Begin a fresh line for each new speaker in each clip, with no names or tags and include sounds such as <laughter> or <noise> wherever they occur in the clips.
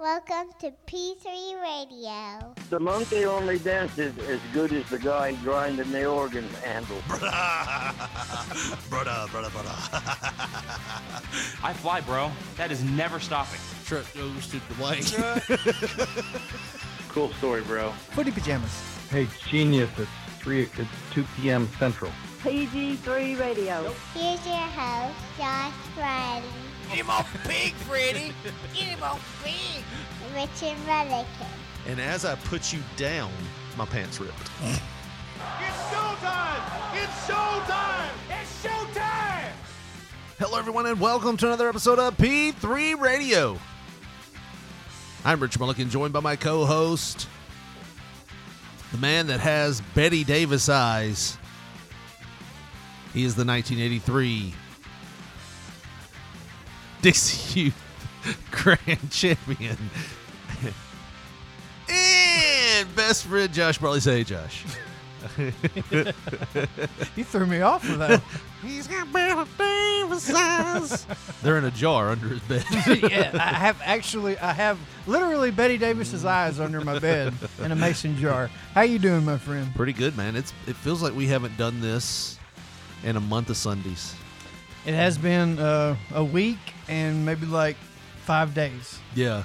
Welcome to P3 Radio.
The monkey only dances as good as the guy grinding the organ handle.
<laughs> brother, brother, brother.
I fly, bro. That is never stopping.
Truck goes to the blank.
Cool story, bro.
Footy pajamas.
Hey, genius, it's 3, it's 2 p.m. Central.
PG3 Radio.
Here's your host, Josh Friday,
Get him off pig, Freddy. Get him off pig.
Richard Mullican.
And as I put you down, my pants ripped. Hello, everyone, and welcome to another episode of P3 Radio. I'm Rich Mulligan, joined by my co host, the man that has Betty Davis eyes. He is the 1983 <laughs> Dixie Youth Grand Champion. and best friend, Josh Barley. Say, hey, Josh.
You threw me off with <laughs> that.
He's got Betty Davis eyes. They're in a jar under his bed. <laughs>
yeah, I have actually, I have literally Betty Davis's eyes under my bed in a mason jar. How you doing, my friend?
Pretty good, man. It's it feels like we haven't done this in a month of Sundays.
It has been uh, a week and maybe like five days.
Yeah.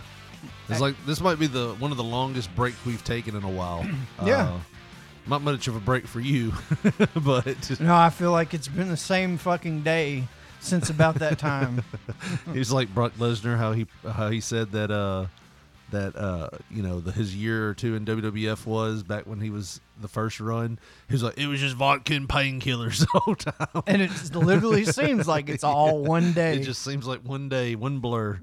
It's like this might be the one of the longest break we've taken in a while.
Yeah.
Uh, not much of a break for you, <laughs> but
<laughs> No, I feel like it's been the same fucking day since about that <laughs> time. Mm.
he's like Brock Lesnar, how he how he said that uh, that uh, you know the, his year or two in WWF was back when he was the first run. He was like, it was just vodka and painkillers <laughs> the whole time.
and it literally seems like it's all one day.
It just seems like one day, one blur.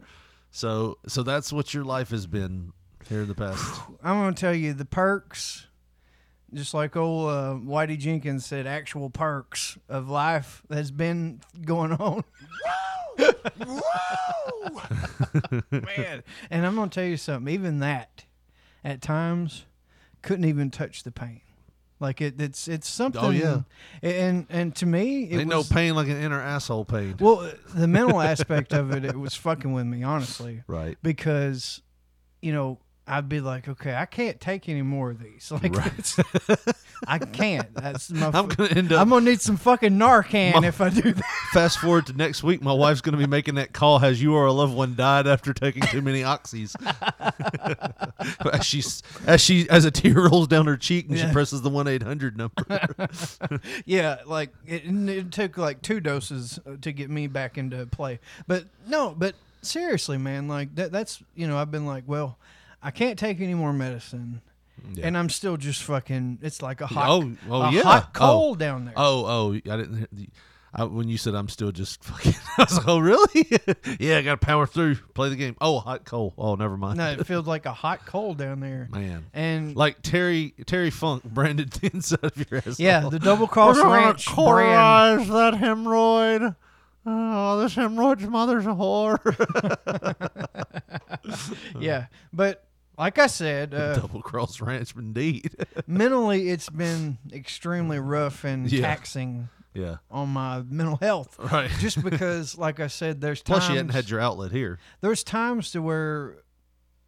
So so that's what your life has been here in the past.
I'm gonna tell you the perks, just like old uh, Whitey Jenkins said, actual perks of life has been going on. <laughs> Man, and I'm gonna tell you something. Even that, at times, couldn't even touch the pain. Like it, it's it's something.
Oh, yeah.
And and to me, it
Ain't
was,
no pain like an inner asshole pain.
well, the mental aspect of it, it was fucking with me, honestly.
Right.
Because, you know, I'd be like, okay, I can't take any more of these. <laughs> Like, it's, I can't. That's my.
I'm gonna end up.
I'm gonna need some fucking Narcan
My-
if I do that. <laughs>
fast forward to next week. My wife's gonna be making that call. Has you or a loved one died after taking too many oxys? <laughs> as she as she as a tear rolls down her cheek and
Yeah.
she presses the one eight hundred
<laughs>
number.
Yeah, like it, and it took like two doses uh, to get me back into play. But no, but seriously, man, like that, that's you know, I've been like, well, I can't take any more medicine. And I'm still just fucking. It's like a hot,
Oh, oh,
a
yeah.
hot
Oh.
cold down there.
Oh, oh, I didn't. hear the- I, when you said I'm still just fucking, <laughs> I was like, oh really? <laughs> yeah, I got to power through, play the game. Oh, hot coal. Oh, never mind.
No, it feels like a hot coal down there.
<laughs> Man.
And
Like Terry Terry Funk branded <laughs> the inside of your ass.
yeah, the double cross
We're gonna
ranch brand.
cauterize that hemorrhoid. Oh, this hemorrhoid's mother's a
<laughs>
whore.
Yeah, but like I said, uh,
Double cross ranch, indeed.
mentally it's been extremely rough and
Yeah.
taxing
<laughs> yeah,
on my mental health.
right.
Just
<laughs>
because, like I said, there's times
Plus, you hadn't had your outlet here.
there's times to where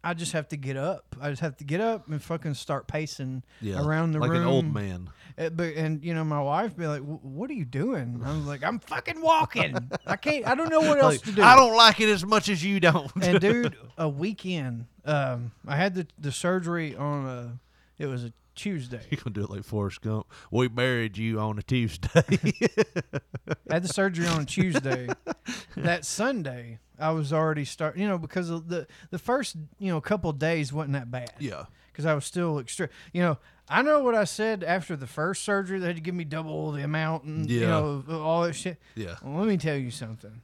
I just have to get up. I just have to get up and fucking start pacing
Yeah,
around the
like
room,
an old man.
Uh, but and you know, my wife be like, "Wh- "What are you doing?" I'm like, "I'm
<laughs>
fucking walking. I can't. I don't know what else
Like,
to do."
I don't like it as much as you don't. <laughs>
and dude, a weekend. Um, I had the the surgery on a. It was a Tuesday.
you gonna do it like Forrest Gump? We buried you on a Tuesday. <laughs>
I had the surgery on a Tuesday. that Sunday, I was already start. You know, because of the the first you know couple of days wasn't that bad.
yeah,
Because I was still extra. You know, I know what I said after the first surgery. They had to give me double the amount and you
Yeah.
know all that shit.
yeah.
Well, let me tell you something.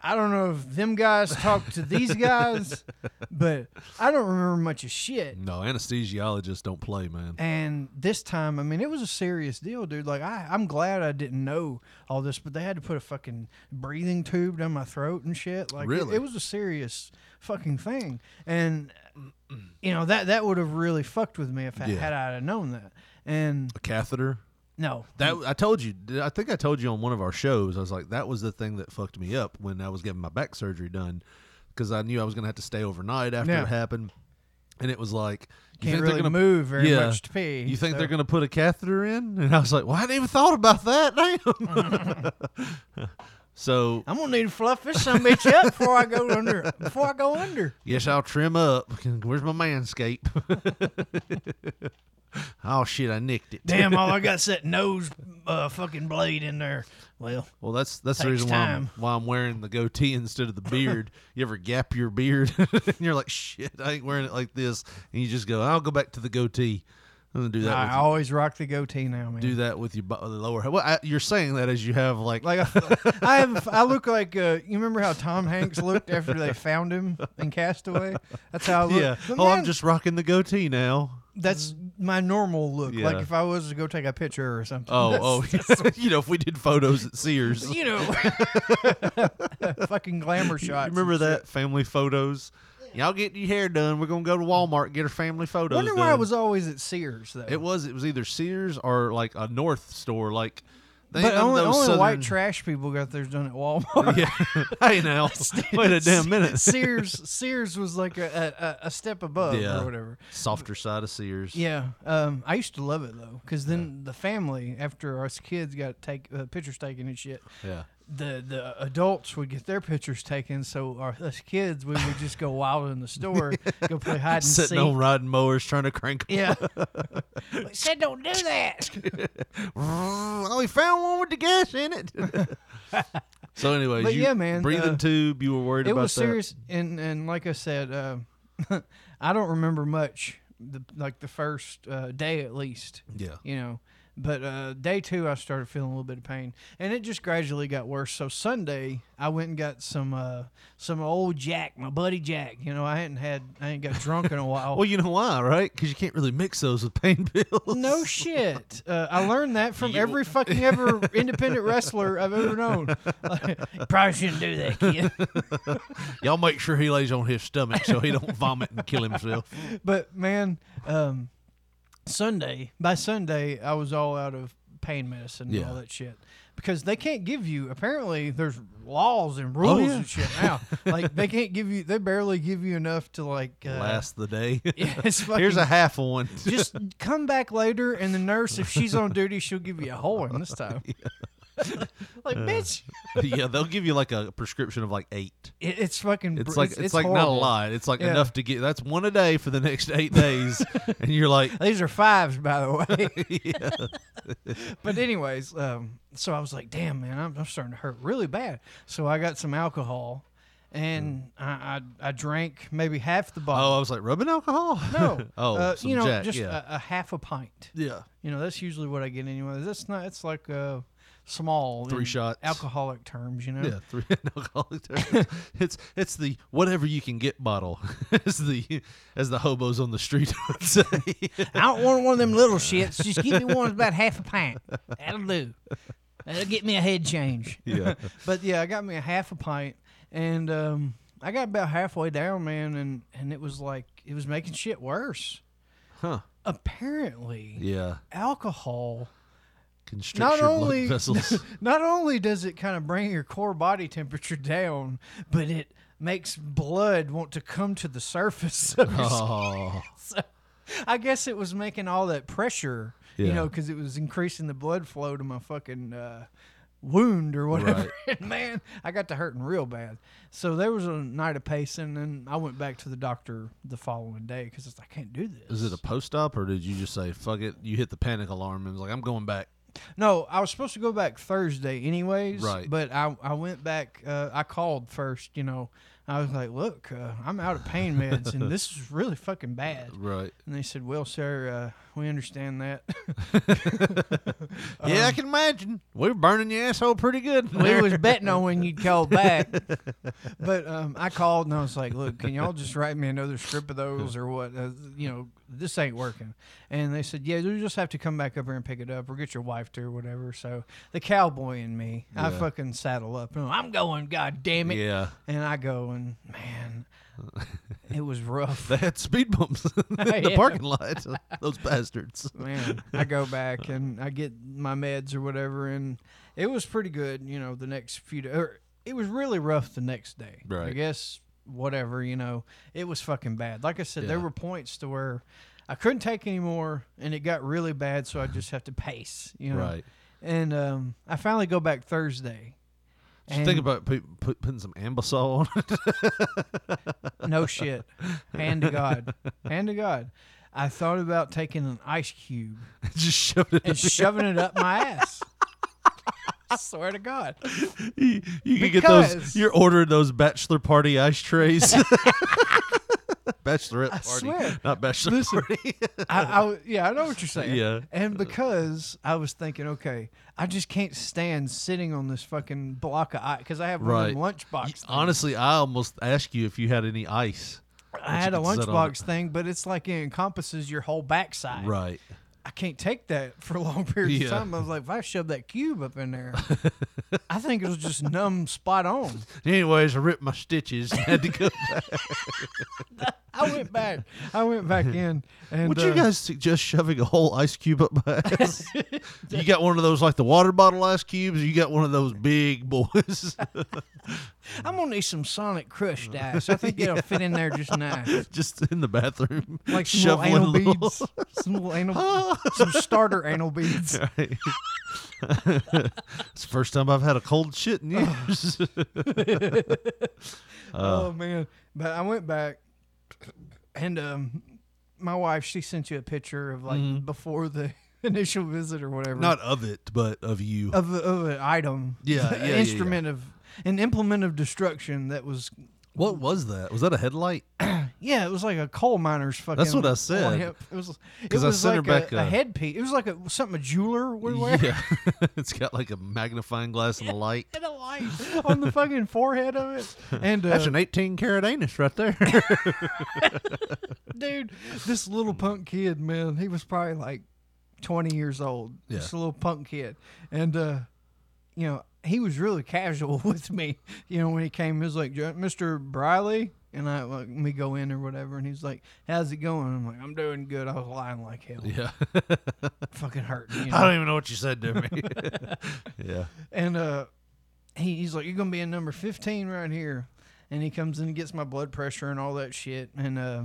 I don't know if them guys talked to
<laughs>
these guys, but I don't remember much of shit.
No, anesthesiologists don't play, man.
And this time, I mean, it was a serious deal, dude. Like, I, I'm glad I didn't know all this, but they had to put a fucking breathing tube down my throat and shit. Like, it-
Really?
it, was a serious fucking thing. And, you know, that, that would have really fucked with me if I,
Yeah.
had I have known that. And
A catheter.
no,
That I told you. I think I told you on one of our shows. I was like, that was the thing that fucked me up when I was getting my back surgery done, because I knew I was going to have to stay overnight after
Yeah.
it happened. And it was like,
Can't really move very much to pee,
You think
so-
they're going to put a catheter in? And I was like, well, I hadn't even thought about that. Damn. <laughs> so,
I'm gonna need to fluff this some bitch up before I go under. Before I
<laughs>
go under.
yes, I'll trim up. <laughs> Where's my manscape? <laughs> oh, shit, I nicked it.
Damn, all I got's that nose uh, fucking blade in there. Well,
Well, that's that's the
Takes
reason why I'm,
time.
why I'm wearing the goatee instead of the <laughs> beard. you ever gap your beard <laughs> and you're like, shit, I ain't wearing it like this, and you just go, I'll go back to the goatee. I'm gonna do that.
I
with
always rock the goatee now, man.
do that with your bu- the lower. Well, I, you're saying that as you have like,
Like <laughs> I, I have, I look like uh, you remember how Tom Hanks looked after they found him in Castaway. That's how I look.
yeah.
But
Oh, I'm
man,
just rocking the goatee now.
that's my normal look.
Yeah.
Like if I was to go take a picture or something.
<laughs> <laughs> Oh, oh, you know, if we did photos at Sears, <laughs> you
you know, <laughs> fucking glamour shots.
remember
and shit.
that family photos. Y'all get your hair done. We're gonna go to Walmart and get our family photos.
Wonder why I
done.
was always at Sears though.
It was. It was either Sears or like a North store. Like, they
but
ain't none of
only,
those
only
Southern-
white trash people got
<laughs>
theirs done at Walmart.
Yeah.
<laughs>
hey now, <laughs> wait a damn minute.
Sears, Sears was like a, a, a step above
Yeah.
or whatever.
Softer side of Sears.
Yeah, um, I used to love it though, because then the family, after us kids got take uh, pictures taken and shit,
Yeah.
the the adults would get their pictures taken. So our us kids, we would just go wild in the store,
<laughs>
go play hide and
Sitting
seek.
on riding mowers trying to crank. 'em. <laughs>
yeah, Like, said don't do that. <laughs>
oh, he found one with the gas in it. <laughs> so, anyways,
But
you,
yeah, man,
breathing
uh,
tube. You were worried
It
about
was
that.
serious, and and like I said, uh, <laughs> I don't remember much. The, like the first uh, day at least.
Yeah.
you know. But uh, day two, I started feeling a little bit of pain, and it just gradually got worse. So Sunday, I went and got some uh, some old Jack, my buddy Jack. You know, I hadn't had, I ain't got drunk in a while.
Well, you know why, right? Because you can't really mix those with pain <laughs> pills.
no shit. Uh, I learned that from every
<laughs>
fucking ever independent wrestler I've ever known. Probably shouldn't do that, kid.
Y'all make sure he lays on his stomach so he
<laughs>
don't vomit and kill himself.
<laughs> but man, um, Sunday by Sunday, I was all out of pain medicine and
Yeah.
all that shit because they can't give you. Apparently, there's laws and rules
Oh, yeah.
and shit
<laughs>
now. like they can't give you. They barely give you enough to like uh,
Last the day.
<laughs> Yeah, it's fucking,
<laughs> Here's a half of one.
just come back later, and the nurse, if she's on duty, she'll give you a whole one
<laughs>
this time. <laughs> like
Uh.
bitch,
yeah, they'll give you like a prescription of like eight.
it, it's fucking.
It's
br-
like it's, like not a
horrible.
lot. It's like
Yeah.
enough to get that's one a day for the next eight
<laughs>
days, and you're like, <laughs>
These are fives, by the way. <laughs> but anyways, um, so I was like, damn, man, I'm, I'm starting to hurt really bad. So I got some alcohol, and I, I I drank maybe half the
Hmm. oh, I
bottle.
was like rubbing alcohol. <laughs>
no,
oh,
uh,
some
you know,
Jack,
just
yeah,
a, a half a pint.
yeah.
You know, that's usually what I get anyway. That's not. It's like a small
Three
in
shots.
alcoholic terms. You know.
Yeah, three <laughs> alcoholic terms. It's it's the whatever you can get bottle, <laughs> as the as the hobos on the street <laughs> would say.
I don't want one of them little shits. Just give me one that's about half a pint. That'll do. That'll get me a head change.
<laughs> Yeah.
<laughs> but yeah, I got me a half a pint, and um, I got about halfway down, man, and and it was like it was making shit worse.
Huh.
Apparently,
yeah,
alcohol.
constrict
Not
your
only <laughs>
blood vessels.
not only does it kind of bring your core body temperature down, but it makes blood want to come to the surface of your
oh,
so I guess it was making all that pressure,
Yeah.
you know, because it was increasing the blood flow to my fucking uh, wound or whatever. <laughs> And man, I got to hurting real bad. So there was a night of pacing, and I went back to the doctor the following day because I can't do this.
is it a post op or did you just say fuck it? You hit the panic alarm and was like, I'm going back.
No, I was supposed to go back Thursday, anyways.
Right.
But I, I went back. Uh, I called first. You know, I was like, "Look, uh, I'm out of pain meds, and this is really fucking
<laughs>
bad."
Right.
And they said, "Well, sir, uh, we understand that."
yeah, I can imagine. We were burning your asshole pretty good.
we
<laughs>
was betting on when you'd call back. but um, I called and I was like, "Look, can y'all just write me another strip of those or what? Uh, you know, this ain't working." And they said, "Yeah, you just have to come back up here and pick it up, or get your wife to, or whatever." So the cowboy and me, I
Yeah.
fucking saddle up and I'm going. God damn it!
<laughs> Yeah.
And I go and man, it was
<laughs>
rough.
They had speed bumps in the
Yeah.
parking lot. Those bastards.
man, I go back and I get my meds or whatever, and it was pretty good. You know, the next few days, it was really rough the next day. I
Right.
guess whatever, you know, it was fucking bad. Like I said, there
Yeah.
were points to where I couldn't take anymore, and it got really bad, so I just have to pace, you know.
Right.
And um, I finally go back Thursday.
Just think about put, put, putting some ambisol on <laughs> it. <laughs>
no shit. Hand to God. Hand to God. I thought about taking an ice cube
Just shove it. in
and shoving it up my ass. I swear to God.
You, <laughs> you can get those.
Because-
You're ordering those bachelor party <laughs> ashtrays. Bachelorette party,
swear.
not bachelor
Listen.
party. <laughs>
I, I- yeah, I know what you're saying.
Yeah.
And because I was thinking, okay, I just can't stand sitting on this fucking block of ice because I have
right.
one lunchbox.
Honestly, I almost asked you if you had any ice.
I had a
you could sit on
lunchbox thing, but it's like it encompasses your whole backside.
Right.
I can't take that for <laughs> a long period
Yeah.
of time. I was like, if I shove that cube up in
<laughs>
there, I think it'll just numb spot on.
Anyways, I ripped my stitches. and Had to go. back.
I went back. I went
<laughs>
back in.
<laughs>
And
Would
uh,
you guys suggest shoving a whole ice cube up <laughs> my ass?
<laughs>
you got one of those like the water bottle ice cubes. Or you got one of those big boys. <laughs>
I'm gonna need some Sonic
Mm.
Crush dice.
<laughs>
I think it'll fit in there just nice.
just in the <laughs> bathroom,
Like some little
shoveling
anal
little-
beads, <laughs> some little anal,
<laughs>
some starter anal beads.
Right. <laughs> it's the first time I've had a cold shit in years. <laughs> Uh.
Oh man! But I went back, and um, my wife she sent you a picture of like before the <laughs> initial visit or whatever.
Mm-hmm. Not of it, but of you.
of, a- of an item. <laughs>
Yeah,
an
yeah, yeah, yeah.
instrument of an implement of destruction that was
what was that? Was that a headlight?
Yeah, it was like a coal miner's fucking.
what I said.
lamp. It was. It
'Cause I
was
sent her
like
back
a,
a-
a headpiece. It was like a something a jeweler would wear
<laughs> Yeah. it's got like a magnifying glass and a light.
and a light <laughs> on the fucking forehead of it. And uh,
That's an 18 carat anus right there.
dude, this little punk kid, man, he was probably like twenty years old.
Yeah.
Just a little punk kid, and uh, you know he was really casual <laughs> with me. You know when he came, he was like, "Ju- "Mr. Briley." And I like, let me go in or whatever, and he's like, "How's it going?" I'm like, "I'm doing good." I was lying like hell,
<laughs> <laughs> yeah.
fucking hurting. You
<laughs>
know?
I don't even know what you said to me. <laughs> yeah.
And uh, he, he's like, "You're gonna be in number 15 right here." And he comes in and gets my blood pressure and all that shit. And uh,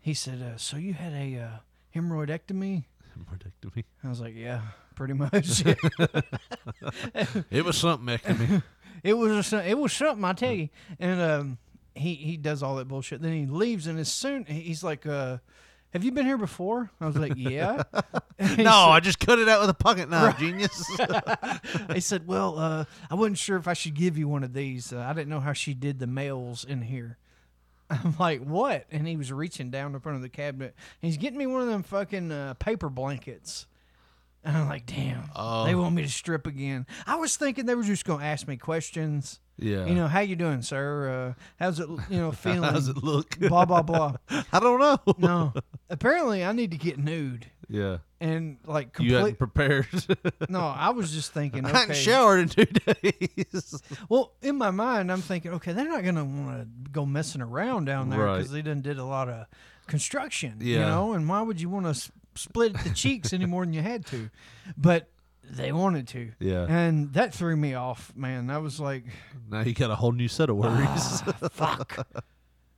he said, uh, "So you had a uh, hemorrhoidectomy?"
Mordectomy.
I was like, "Yeah, pretty much." <laughs>
It was something <laughs> ectomy.
it was a, it was something I tell you. And um, he he does all that bullshit. Then he leaves, and as soon he's like, uh, "Have you been here before?" I was like, "Yeah." <laughs>
no, I just cut it out with a pocket knife, <laughs> genius.
He said, "Well, uh, I wasn't sure if I should give you one of these. Uh, I didn't know how she did the mails in here." I'm like, "What?" And he was reaching down in front of the cabinet. He's getting me one of them fucking uh, paper blankets. And I'm like, "Damn,
Oh.
they want me to strip again." I was thinking they were just gonna ask me questions.
Yeah.
You know, how you doing, sir? Uh, how's it? You
<laughs>
know, feeling?
How does it look?
<laughs> Blah blah blah.
<laughs> I don't know.
No, apparently I need to get nude
Yeah.
and like
You hadn't
complete. <laughs>
prepared.
No, I was just thinking.
<laughs> I hadn't
okay.
showered in two days.
Well, in my mind, I'm thinking, okay, they're not gonna want to go messing around down there
Right.
because they done did a lot of construction, you
Yeah.
know. And why would you want to s- split the cheeks any more than you had to? But they wanted to,
Yeah.
And that threw me off, man. I was like,
now you got a whole new set of worries. <laughs>
Ah, fuck.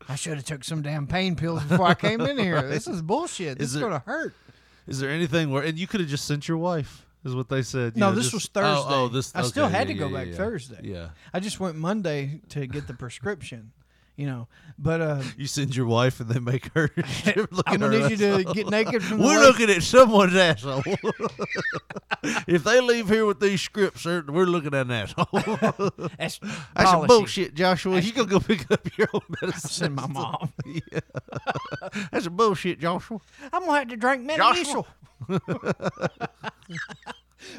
I should have took some damn pain pills before I came
<laughs>
in here. This is bullshit. This
Is
is
it-
gonna hurt.
Is there anything where and you could have just sent your wife? Is what they said. you
No,
know,
this
just-
was
oh,
Thursday.
Oh, this.
I still
okay,
had
yeah,
to go
yeah,
back
yeah.
Thursday.
Yeah.
I just went Monday to get the prescription, you know. But uh,
You send your wife and they make
<laughs>
her. <laughs> look at
I'm gonna
her
need you to
asshole.
get naked
<laughs>
from the
We're
waist
looking at someone's asshole. <laughs> if they leave here with these scripts, sir, we're looking at an
<laughs>
asshole. <laughs> That's
That's,
some
policy.
bullshit, Joshua. you gonna go pick up your
<laughs>
own medicine. <laughs>
Said my mom.
That's some bullshit, Joshua.
I'm gonna have to drink
Joshua.
medical. <laughs>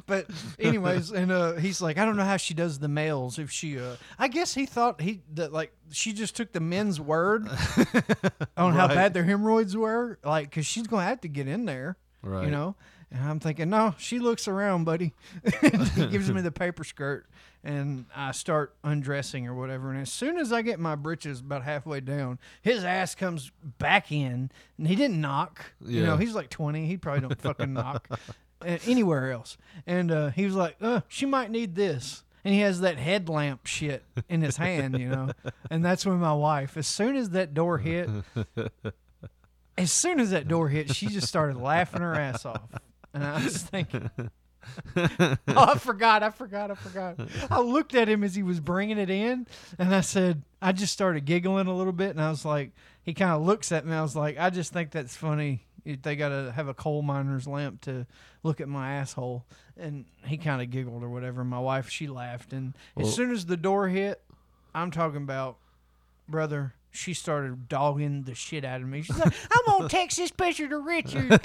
but anyways, and uh, he's like, I don't know how she does the males. If she, uh, I guess he thought he that like she just took the men's word on how
Right.
bad their hemorrhoids were, like because she's gonna have to get in there,
Right.
You know. And I'm thinking, no, she looks around, buddy. <laughs> he gives me the paper skirt, and I start undressing or whatever. And as soon as I get my britches about halfway down, his ass comes back in, and he didn't knock. You know,
Yeah.
he's like 20. He probably <laughs> don't fucking knock uh, anywhere else. And uh, he was like, uh, she might need this. and he has that headlamp shit in his hand, you know. And that's when my wife, as soon as that door hit, as soon as that door hit, she just started laughing her ass off. And I was thinking, oh, I forgot, I forgot, I forgot. I looked at him as he was bringing it in, and I said, I just started giggling a little bit, and I was like, he kind of looks at me. I was like, I just think that's funny. They got to have a coal miner's lamp to look at my asshole. And he kind of giggled or whatever. My wife, she laughed. And as soon as the door hit, I'm talking about brother. She started dogging the shit out of me. She's
<laughs>
like, "I'm gonna text this picture to Richard."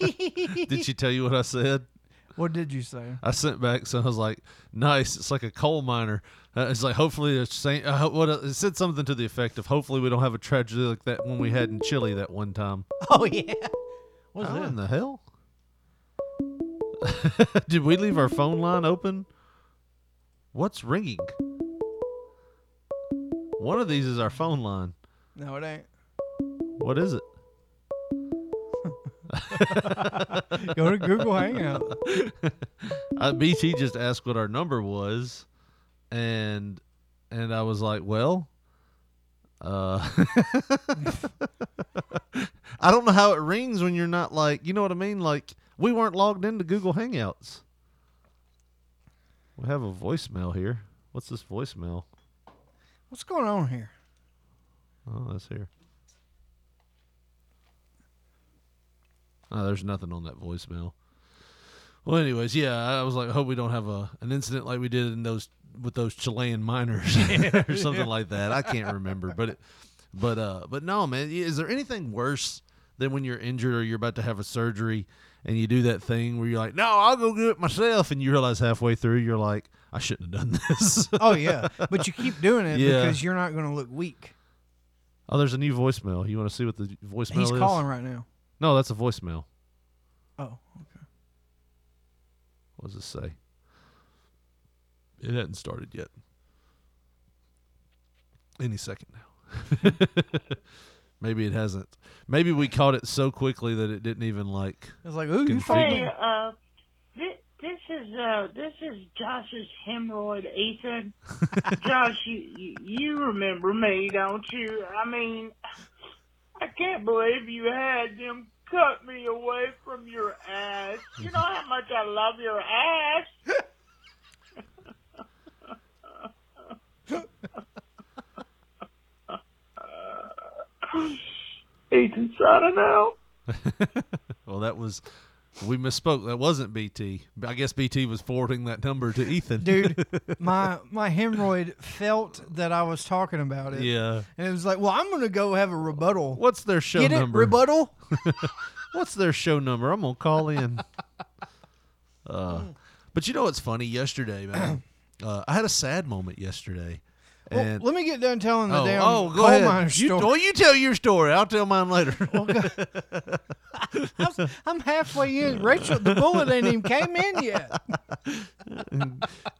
Did she tell you what I said?
what did you say?
I sent back, so I was like, "Nice, it's like a coal miner." Uh, it's like hopefully it's saying uh, ho- what uh, it said something to the effect of "Hopefully we don't have a tragedy like that one we had in Chile that one time."
<laughs> Oh yeah. What's
What
that?
in the hell? <laughs> Did we leave our phone line open? What's ringing? One of these is our phone line.
No, it ain't.
What is it?
Go to Google Hangout.
<laughs> uh, BT just asked what our number was, and and I was like, well, uh, <laughs> I don't know how it rings when you're not like, you know what I mean? Like we weren't logged into Google Hangouts. We have a voicemail here. What's this voicemail?
What's going on here?
Oh, that's here. Oh, there's nothing on that voicemail. Well, anyways, yeah, I was like, I hope we don't have a an incident like we did in those with those Chilean
<laughs>
miners <laughs> or something like that. I can't remember, but it, but uh, but no, man, is there anything worse than when you're injured or you're about to have a surgery and you do that thing where you're like, no, I'll go do it myself, and you realize halfway through you're like, I shouldn't have done <laughs> this.
Oh yeah, but you keep doing it
Yeah.
because you're not going to look weak.
oh, there's a new voicemail. You want to see what the voicemail
He's
is?
calling right now.
No, that's a voicemail.
Oh,
What does this say? It hadn't started yet. Any second now. <laughs> Maybe it hasn't. Maybe we caught it so quickly that it didn't even like.
it's like ooh, you
Config-
fucking.
Hey, uh, thi- this is uh, this is Josh's hemorrhoid,
<laughs>
Ethan. Josh, you, you you remember me, don't you? I mean, I can't believe you had them cut me away from your ass. You know how much I love your ass.
<laughs>
Ethan signing out.
Well, that was. We misspoke. That wasn't BT. But I guess BT was forwarding that number to Ethan.
dude my my hemorrhoid felt that i was talking about
<laughs>
it
yeah.
and it was like well i'm gonna go have a rebuttal
What's their show
get
number?
it rebuttal
What's their show number? I'm gonna call
<laughs>
in. uh, but you know what's funny? Yesterday, man, <clears throat> uh, I had a sad moment yesterday.
Well,
and
let me get done telling the
oh,
damn
oh, go
coal
ahead.
miner Oh,
you,
story
well, you tell your story. I'll tell mine
<laughs>
later.
I was- i'm halfway in rachel the bullet ain't even came
<laughs>
in yet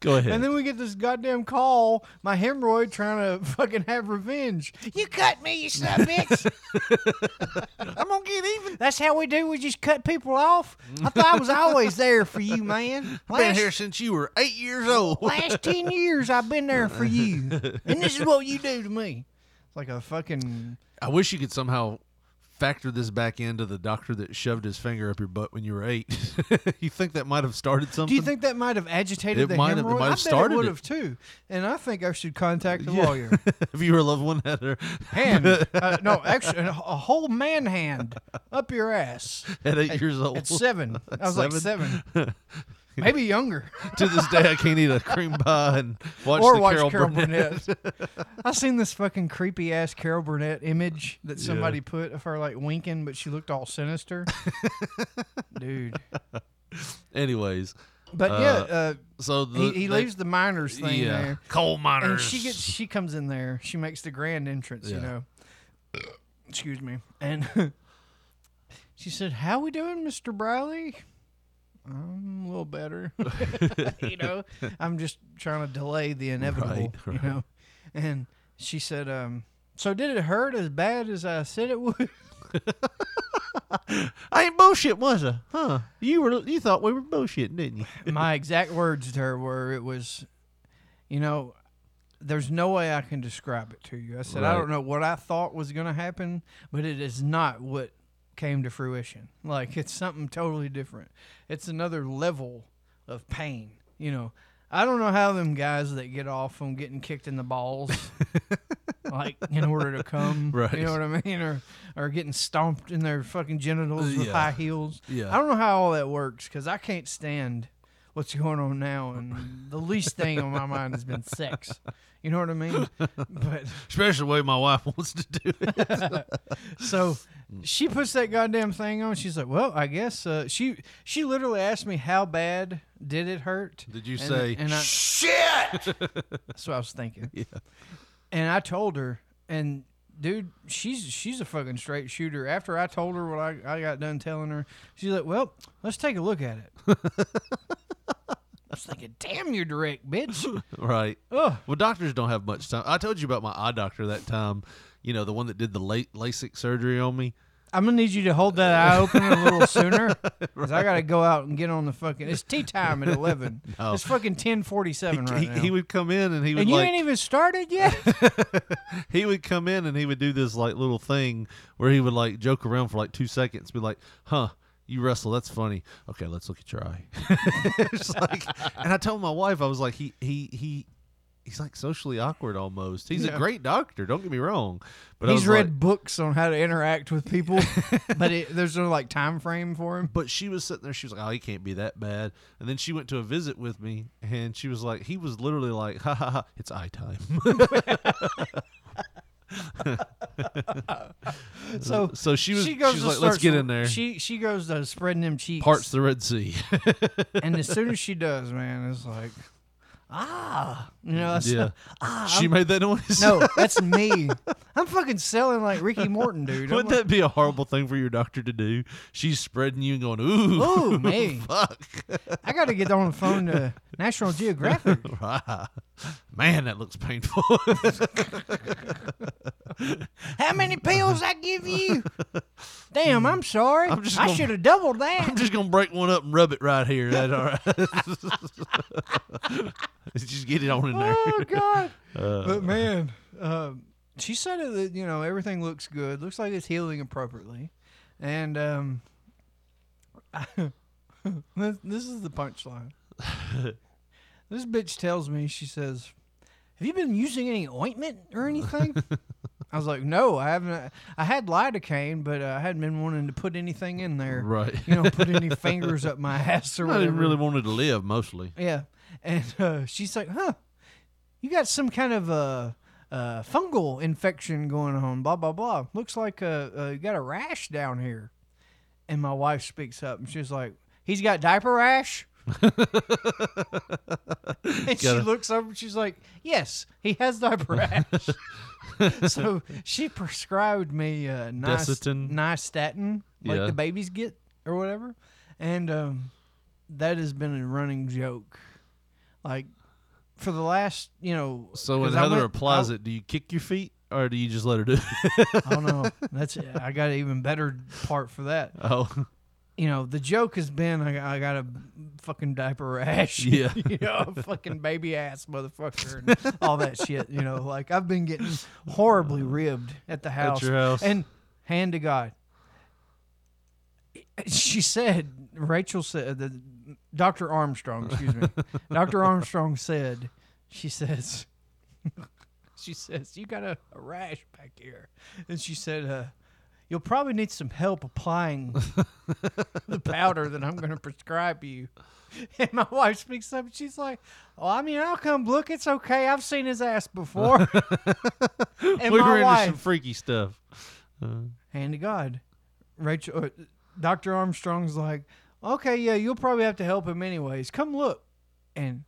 go ahead.
and then we get this goddamn call my hemorrhoid trying to <laughs> fucking have revenge you cut me you son of a bitch
<laughs>
i'm gonna get even that's how we do we just cut people off i thought i was always there for you man
I've <laughs> been
Last Oh,
here since you were eight years old.
Last 10 years, I've been there for you. And this is what you do to me. It's like a fucking.
I wish you could somehow factor this back into the doctor that shoved his finger up your butt when you were eight. <laughs> you think that might have started
Do
something? <laughs>
you think that might have agitated
It
the
might have- it
hemorrhoid?
might have
I bet
started
it would
it.
have too. And I think I should contact the
Yeah.
lawyer.
if you were a loved one had her
Hand.
<laughs>
Uh, no, actually, a whole man hand up your ass
at eight years old?
at seven. I was like
seven?
seven. Maybe younger.
<laughs> to this day, I can't eat a cream pie
<laughs>
and watch
or
the
watch
Carol,
Carol,
Burnett. <laughs>
Burnett. I seen this fucking creepy ass Carol Burnett image that somebody put of her like winking, but she looked
<laughs>
all sinister. Dude.
Anyways,
But
Uh,
yeah, uh,
so the,
he, he
they-
leaves the miners thing
yeah,
there,
coal miners.
and she gets she comes in there. She makes the grand entrance, you
Yeah.
know. Excuse me, and <laughs> she said, "How we doing, Mister Briley?" I'm a little better, <laughs> you know. I'm just trying to delay the inevitable,
Right, right.
you know. And she said, um, "So did it hurt as bad as I said it would?"
I ain't bullshit, was I? Huh? You were. You thought we were bullshitting, didn't you?
My exact words to her were, "It was, you know, there's no way I can describe it to you. I said, I
Right.
don't know what I thought was going to happen, but it is not what came to fruition. Like, it's something totally different. It's another level of pain, you know. I don't know how them guys that get off from getting kicked in the balls,
<laughs>
like in order to come,
Right.
you know what I mean, or or getting stomped in their fucking genitals with
Yeah.
high heels.
Yeah.
I don't know how all that works because I can't stand what's going on now, and the least thing on my mind has been sex. You know what I mean? But
<laughs> Especially the way my wife <laughs> wants to do it.
<laughs> so she puts that goddamn thing on. She's like, "Well, I guess uh, she she literally asked me how bad did it hurt."
Did you
And-
say,
And I,
Shit!
<laughs> that's what I was
<laughs>
thinking. And I told her, and dude, she's she's a fucking straight shooter. After I told her what I, I got done telling her, she's like, "Well, let's take a look at it." <laughs> I was thinking, "Damn, you're direct,
<laughs>
bitch."
right?
Ugh.
Well, doctors don't have much time. I told you about my eye doctor that time. You know, the one that did the late LASIK surgery on me.
I'm gonna need you to hold that eye open
<laughs>
a little sooner, cause I gotta go out and get on the fucking. It's tea time at eleven.
<laughs> No.
It's fucking ten forty seven right
he,
now.
he would come in and he would
and you
like,
ain't even started yet.
he would come in and he would do this like little thing where he would like joke around for like two seconds, be like, "Huh, you wrestle? That's funny. Okay, let's look at your eye." <laughs> it's like, and I told my wife, I was like, "He he he." He's like socially awkward almost. He's
Yeah.
a great doctor, don't get me wrong. But I
He's
was
read
like-
books on how to interact with
<laughs>
people, but it, there's no like time frame for him.
but she was sitting there, she was like, Oh, he can't be that bad. And then she went to a visit with me and she was like, he was literally like, ha ha ha, it's eye time. <laughs>
So
so she was she's like, Let's
starts-
get in there.
She she goes to spreading them cheeks,
parts the Red
<laughs>
Sea. <laughs>
and as soon as she does, man, it's like ah, you know, that's,
yeah. she made that noise.
<laughs> Ah,
<laughs>
no, that's me. I'm fucking selling like Ricky Morton, dude. I'm
Wouldn't
like,
that be a horrible thing for your doctor to do? She's spreading you and going, ooh,
Ooh, me.
<laughs> fuck,
I got to get on the phone to National Geographic.
Ah, man, that looks painful.
<laughs>
<laughs>
How many pills I give you? Damn, I'm sorry.
I'm just
I
gonna-
should have doubled
I'm
that.
just gonna break one up and rub it right <laughs> here. That all right? just get it on in
<laughs>
there. Uh,
oh God. but man, um, she said that you know everything looks good. Looks like it's healing appropriately, and um, <laughs> this, this is
<laughs>
the punchline. this bitch tells me she says, "Have you been using any ointment
<laughs>
or anything?" I was like, "No, I haven't. I had lidocaine, but uh, I hadn't been wanting to put anything in there.
<laughs> Right.
You know, put
<laughs>
any fingers up my ass or
I
whatever."
didn't really wanted to live mostly.
Yeah. And uh, she's like, huh, you got some kind of uh, uh, fungal infection going on, blah, blah, blah. Looks like uh, uh, you got a rash down here. And my wife speaks up and she's like, he's got diaper
<laughs>
rash? and she
Gotta-
looks up and she's like, yes, he has diaper
<laughs>
rash. so she prescribed me uh, nice,
Desitin.
nystatin, like
Yeah.
the babies get or whatever. And um, that has been a running joke. Like for the last, you know.
So when
'cause I
Heather
went-
applies
I,
it, do you kick your feet or do you just let her do <laughs> it?
I don't know. That's I got an even better part for that.
Oh,
You know, the joke has been I, I got a fucking diaper rash. <laughs>
Yeah.
you know, a fucking baby ass motherfucker, and all that
<laughs>
shit. You know, like I've been getting horribly ribbed at the house.
your house.
And hand to God, she said Rachel said uh, the Dr. Armstrong,
<laughs>
excuse me. Dr. Armstrong said she says <laughs> she says you got a, a rash back here. And she said uh you'll probably need some help applying the powder that I'm going to prescribe you. <laughs> And my wife speaks up and she's like, "Oh, I mean, I'll come look. It's okay. I've seen his ass before." and
we
my
were into
wife
some freaky stuff.
hand to God. Rachel, uh, Dr. Armstrong's like, okay, yeah, you'll probably have to help him anyways. Come look. And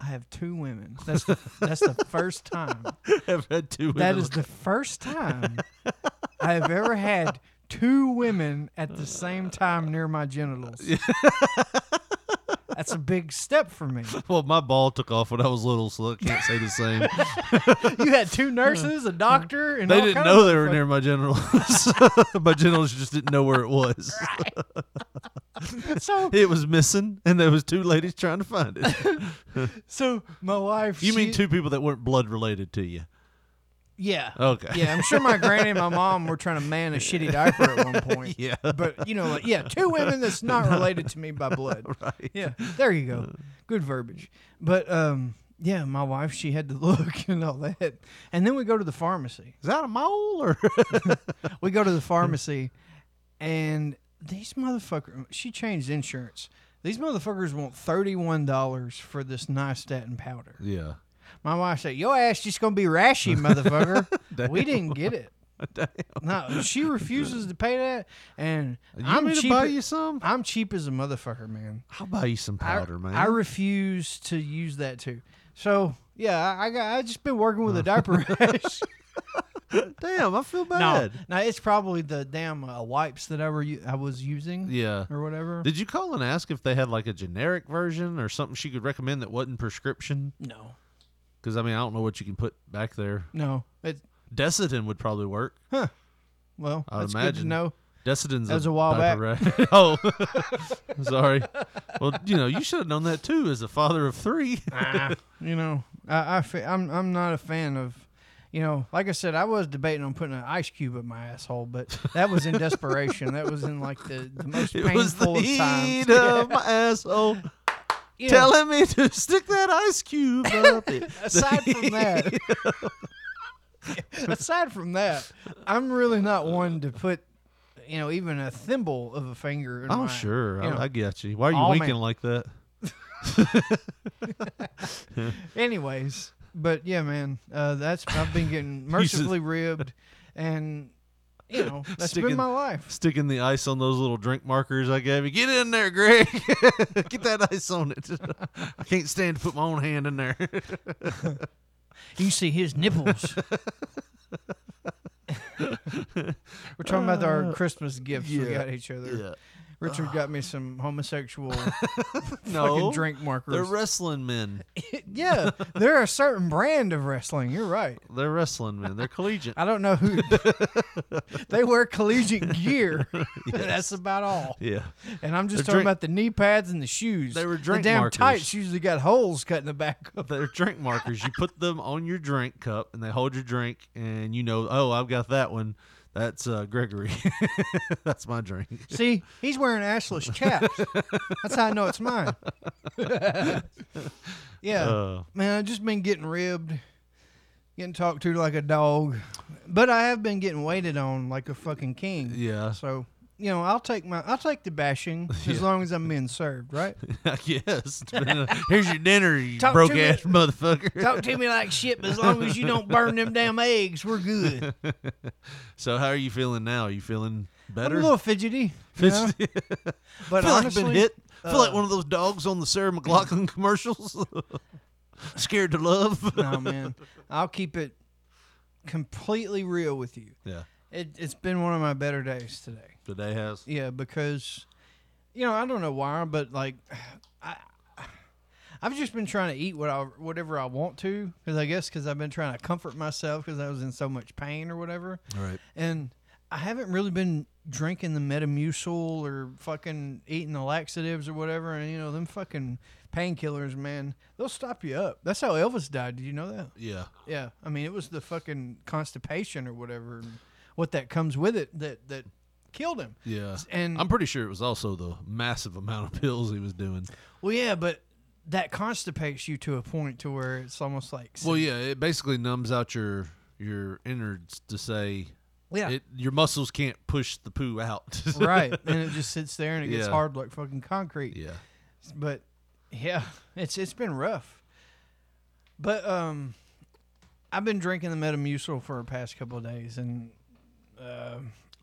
I have two women. That's the, that's the first time.
<laughs> I've had two.
That is the first time I have ever had two women at the same time near my genitals. That's a big step for me.
Well, my ball took off when I was little, so I can't say the
<laughs>
same.
You had two nurses, a doctor, and
they
all
didn't
kinds
know
of
they were
fuck-
near my genitals. <laughs> my genitals just didn't know where it was.
So,
<laughs> It was missing, and there was two ladies trying to find it.
so my
<laughs>
wife.
You mean
she-
two people that weren't blood related to you?
Yeah.
Okay.
Yeah, I'm
<laughs>
sure my granny and my mom were trying to man a shitty diaper at one point.
Yeah.
But you know, like yeah, two women
<laughs>
that's not related to me by blood.
Right. Uh.
Yeah. There you go. Good verbiage. But um yeah, my wife, she had to <laughs> look and all that. And then we go to the pharmacy.
Is that a mole or?
We go to the pharmacy and these motherfuckers she changed insurance. These motherfuckers want thirty one dollars for this nystatin powder.
<laughs> yeah.
My wife said, "Your ass just gonna
<laughs>
be rashy, motherfucker." we didn't get it. No, she refuses to pay that, and
You want
I'm
me to
cheap.
buy you some?
I'm cheap as a motherfucker, man.
I'll buy you some
I-
powder, man.
I refuse to use that too. So yeah, I, I got. I just been working
Oh.
with
<laughs>
a diaper rash.
Damn, I feel
no,
bad.
no, it's probably the damn uh, wipes that I were u- I was using.
Yeah.
or whatever.
<laughs> Did you call and ask if they had like a generic version or something she could recommend that wasn't prescription?
no,
Because I mean, I don't know what you can put back there.
no. It,
Desitin would probably work.
well,
I would
that's good to
imagine.
know.
Desitin's
That was a while
diaper rash. <laughs> oh, sorry. Well, you know, you should have known that too. As a father of three, <laughs>
<laughs> You know, I, I fe- I'm I'm not a fan of, you know, like I said, I was debating on putting an ice cube up my asshole, but that was in desperation. that was in like the, the
<laughs>
most
it was the
painful of
heat
times.
of my asshole
You know,
telling me to <laughs> stick that ice cube up it.
aside from that, <laughs> aside from that, I'm really not one to put, you know, even a thimble of a finger. In
Oh,
my,
sure.
you know,
I, I get you. Why are you
all man-
winking like that?
Anyways, but yeah, man, uh, that's I've
<laughs>
been getting mercifully ribbed, and you know that's
Sticking-
been my life.
Sticking the ice on those little drink markers I gave you. Get in there, Greg. <laughs> Get that ice on it. <laughs> I can't stand to put my own hand in
<laughs>
there.
You see
<laughs>
his nipples. We're talking about our Christmas gifts we
Uh, yeah,
got each other. Richard got me
<laughs>
some homosexual
No.
fucking drink markers.
Oh, They're wrestling men.
yeah, they're a certain brand of wrestling. You're right.
They're wrestling men. They're
<laughs>
collegiate. <laughs>
I don't know who. they wear
<laughs>
collegiate gear. That's about all.
Yeah.
And I'm just
They're
talking
drink-
about the knee pads and the shoes.
They were drink
The damn
markers.
tights usually got holes cut in the back of
They're drink markers. You put them on your drink cup and they hold your drink and you know, oh, I've got that one. That's uh, Gregory. <laughs> That's my drink.
See, he's wearing ashless chaps. That's how I know it's mine. yeah,
Uh. <laughs>
man, I've just been getting ribbed, getting talked to like a dog, but I have been getting waited on like a fucking king.
Yeah.
So you know, I'll take my, I'll take
<laughs>
the bashing as long as I'm being served, right?
I guess. Here's your dinner, you
Talk to
broke
me.
ass motherfucker.
Talk to me like shit, but as long as you don't burn them damn eggs, we're good.
So how are you feeling now? Are you feeling
I'm
better? <laughs>
a little fidgety, you know?
Fidgety. feel
but
like
honestly, uh,
I've been hit. feel like one of those dogs on the Sarah McLaughlin <laughs> commercials. Scared to love.
<laughs> no, man, I'll keep it completely real with you.
yeah.
It, it's been one of my better days today.
Today has.
Yeah, because, you know, I don't know why, but like, <sighs> I, I've just been trying to eat what I, whatever I want to, because I guess because I've been trying to comfort myself because I was in so much pain or whatever,
Right.
and I haven't really been drinking the Metamucil or fucking eating the laxatives or whatever, and you know them fucking painkillers, man, they'll stop you up. That's how Elvis died. Did you know that?
Yeah.
Yeah, I mean, it was the fucking constipation or whatever, and what that comes with it that that killed him.
Yeah.
And
I'm pretty sure it was also the massive amount of pills he was doing.
well, yeah, but that constipates you to a point to where it's almost like
Well, yeah, it basically numbs out your your innards to say
yeah,
it, <laughs> your muscles can't push the poo out. <laughs>
right, and it just sits there and it gets
Yeah.
hard like fucking concrete.
Yeah.
But yeah, it's it's been rough. But um, I've been drinking the Metamucil for the past couple of days, and uh,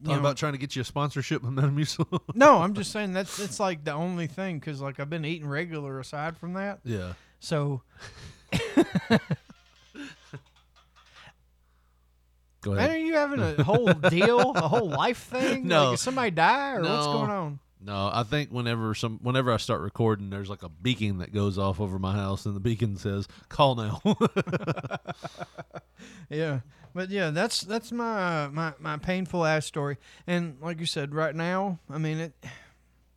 Thought about trying to get you a sponsorship on Metamucil. <laughs>
no, I'm just saying that's it's like the only thing because like I've been eating regular aside from that.
yeah.
So
Go
Man,
ahead.
are you having a whole deal, a whole life thing?
No. <laughs>
Like, did somebody die or what's
No.
going on?
No, I think whenever some whenever I start recording, there's like a beacon that goes off over my house, and the beacon says "call now." <laughs>
Yeah, but yeah, that's that's my my my painful ass story. And like you said, right now, I mean it,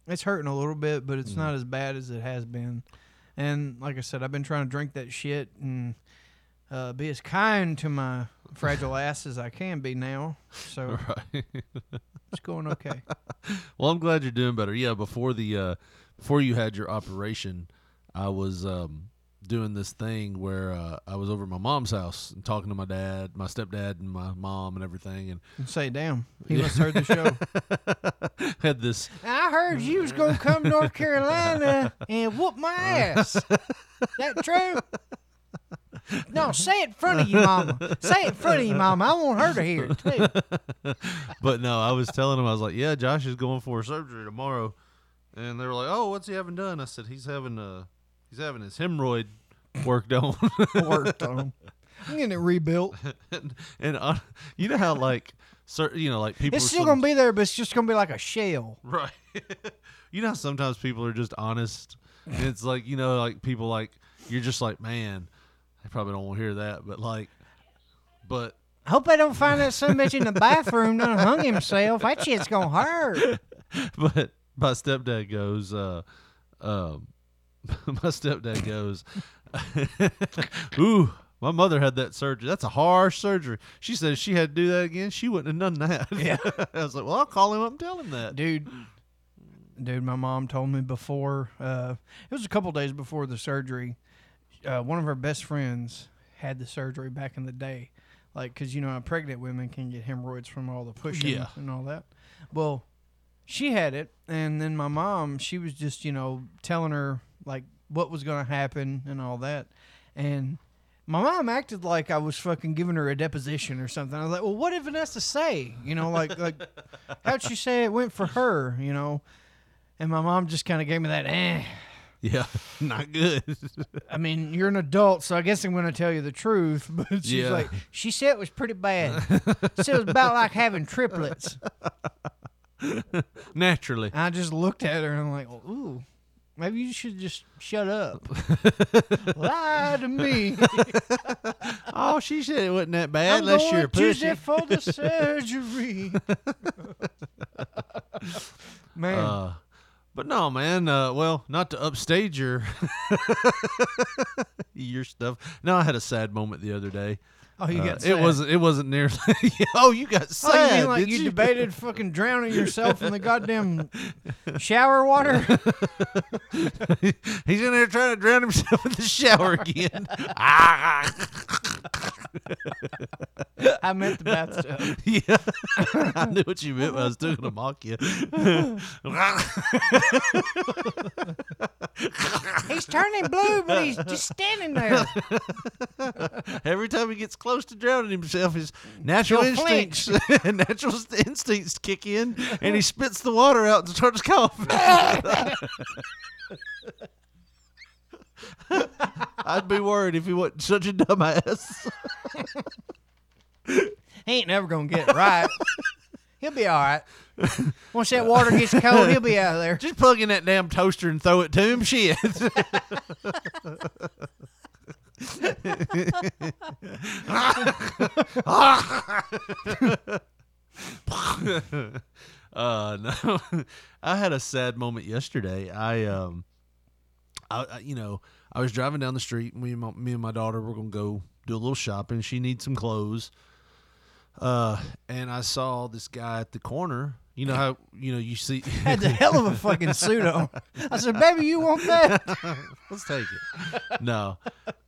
it's hurting a little bit, but
Mm-hmm.
it's not as bad as it has been. And like I said, I've been trying to drink that shit and uh, be as kind to my
<laughs>
fragile ass as I can be now. So
right.
it's going okay.
Well, I'm glad you're doing better. Yeah, before the uh, before you had your operation, I was um, doing this thing where uh, I was over at my mom's house and talking to my dad, my stepdad, and my mom and everything, and
Say, damn, he
<laughs>
must have heard the show.
had this
I heard you was gonna come to North Carolina and whoop
Uh,
my ass. That true? No, say it in front of you, mama. Say it in front of you, mama. I want her to hear it <laughs> too.
<laughs> but no, I was telling him, I was like, yeah, Josh is going for surgery tomorrow, and they were like, oh, what's he having done? I said, he's having uh, he's having his hemorrhoid worked on, <laughs>
Worked on. I'm getting it rebuilt.
and, and uh, you know how like, cer- you know, like people
It's
are
still
some-
gonna be there, but it's just gonna be like a shell.
<laughs> right. you know how sometimes people are just honest. And it's like you know, like people like you're just like, man, I probably don't want to hear that, but like, but
I hope I don't find that some bitch in the bathroom done hung himself. That shit's gonna hurt.
<laughs> but my stepdad goes, uh, um, <laughs> my stepdad goes, <laughs> ooh, my mother had that surgery. That's a harsh surgery. She said if she had to do that again, she wouldn't have done that. Yeah. <laughs> I was like, well, I'll call him up and tell him <laughs> that.
dude dude my mom told me before uh, it was a couple days before the surgery uh, one of her best friends had the surgery back in the day like because you know how pregnant women can get hemorrhoids from all the pushing
Yeah.
and all that well she had it and then my mom she was just you know telling her like what was going to happen and all that and my mom acted like I was fucking giving her a deposition or something. I was like, "Well, what did Vanessa say? You know, like like how'd she say it went for her? You know." And my mom just kind of gave me that. Eh.
Yeah. Not good.
I mean, you're an adult, so I guess I'm going to tell you the truth. <laughs> But she's
Yeah.
like, she said it was pretty bad. said it was about like having triplets.
<laughs> Naturally.
And I just looked at her and I'm like, ooh, maybe you should just shut
<laughs>
up. Lie to me.
Oh, she said it wasn't that bad <laughs>
I'm
unless
going
you're a
Tuesday
pussy.
for
<laughs>
the surgery. Man,
Uh, but no, man. Uh, well, not to upstage your <laughs> your stuff. No, I had a sad moment the other day.
oh, you
Uh,
got
It
sad.
wasn't. It wasn't <laughs> nearly. oh, you got
Oh, you
sad.
mean like
did
you, debated fucking drowning yourself in the goddamn shower water?
<laughs>
<laughs>
He's in there trying to drown himself in the shower
<laughs>
again. <laughs> ah,
I meant the bathtub.
<laughs> yeah. I knew what you meant, but I was still gonna mock you.
He's turning blue, but he's just standing there.
<laughs> Every time he gets close to drowning himself, his natural
He'll flinch.
instincts <laughs> natural st- instincts kick in, and he spits the water out and starts coughing. <laughs> I'd be worried if he wasn't such a dumbass.
He ain't never gonna get
<laughs>
it right. He'll be all right. Once that
<laughs>
water gets cold, he'll be out of there.
Just plug in that damn toaster and throw it to him. Shit. <laughs> uh, no, <laughs> I had a sad moment yesterday. I um, I, I you know I was driving down the street. And we, and my, me and my daughter were gonna go do a little shopping. She needs some clothes. Uh, and I saw this guy at the corner. You know how you know you see
Had the hell of a fucking suit on. I said, baby, you want that?
Let's take it. No.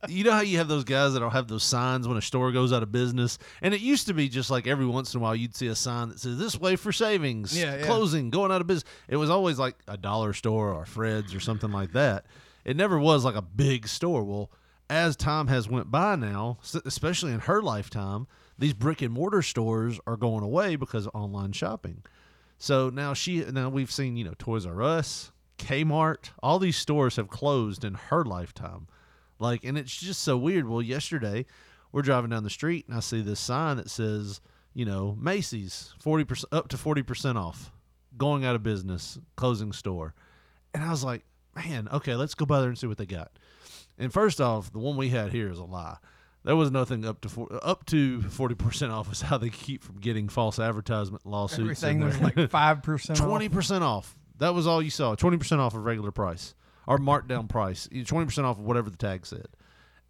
You know how you have those guys that'll have those signs when a store goes out of business? And it used to be just like every once in a while you'd see a sign that says this way for savings,
Yeah, yeah.
closing, going out of business. It was always like a dollar store or Fred's or something like that. It never was like a big store. Well, as time has went by now, s- especially in her lifetime, these brick and mortar stores are going away because of online shopping. So now she now we've seen, you know, Toys R Us, Kmart, all these stores have closed in her lifetime. Like and it's just so weird. Well, yesterday we're driving down the street and I see this sign that says, you know, Macy's 40% up to 40% off. going out of business, closing store. And I was like, man, okay, let's go by there and see what they got. And first off, the one we had here is a lie. There was nothing up to four, up to forty percent off is how they keep from getting false advertisement lawsuits. in
Everything was
there.
like five percent.
Twenty percent off. That was all you saw. Twenty percent off of regular price or markdown price. Twenty percent off of whatever the tag said.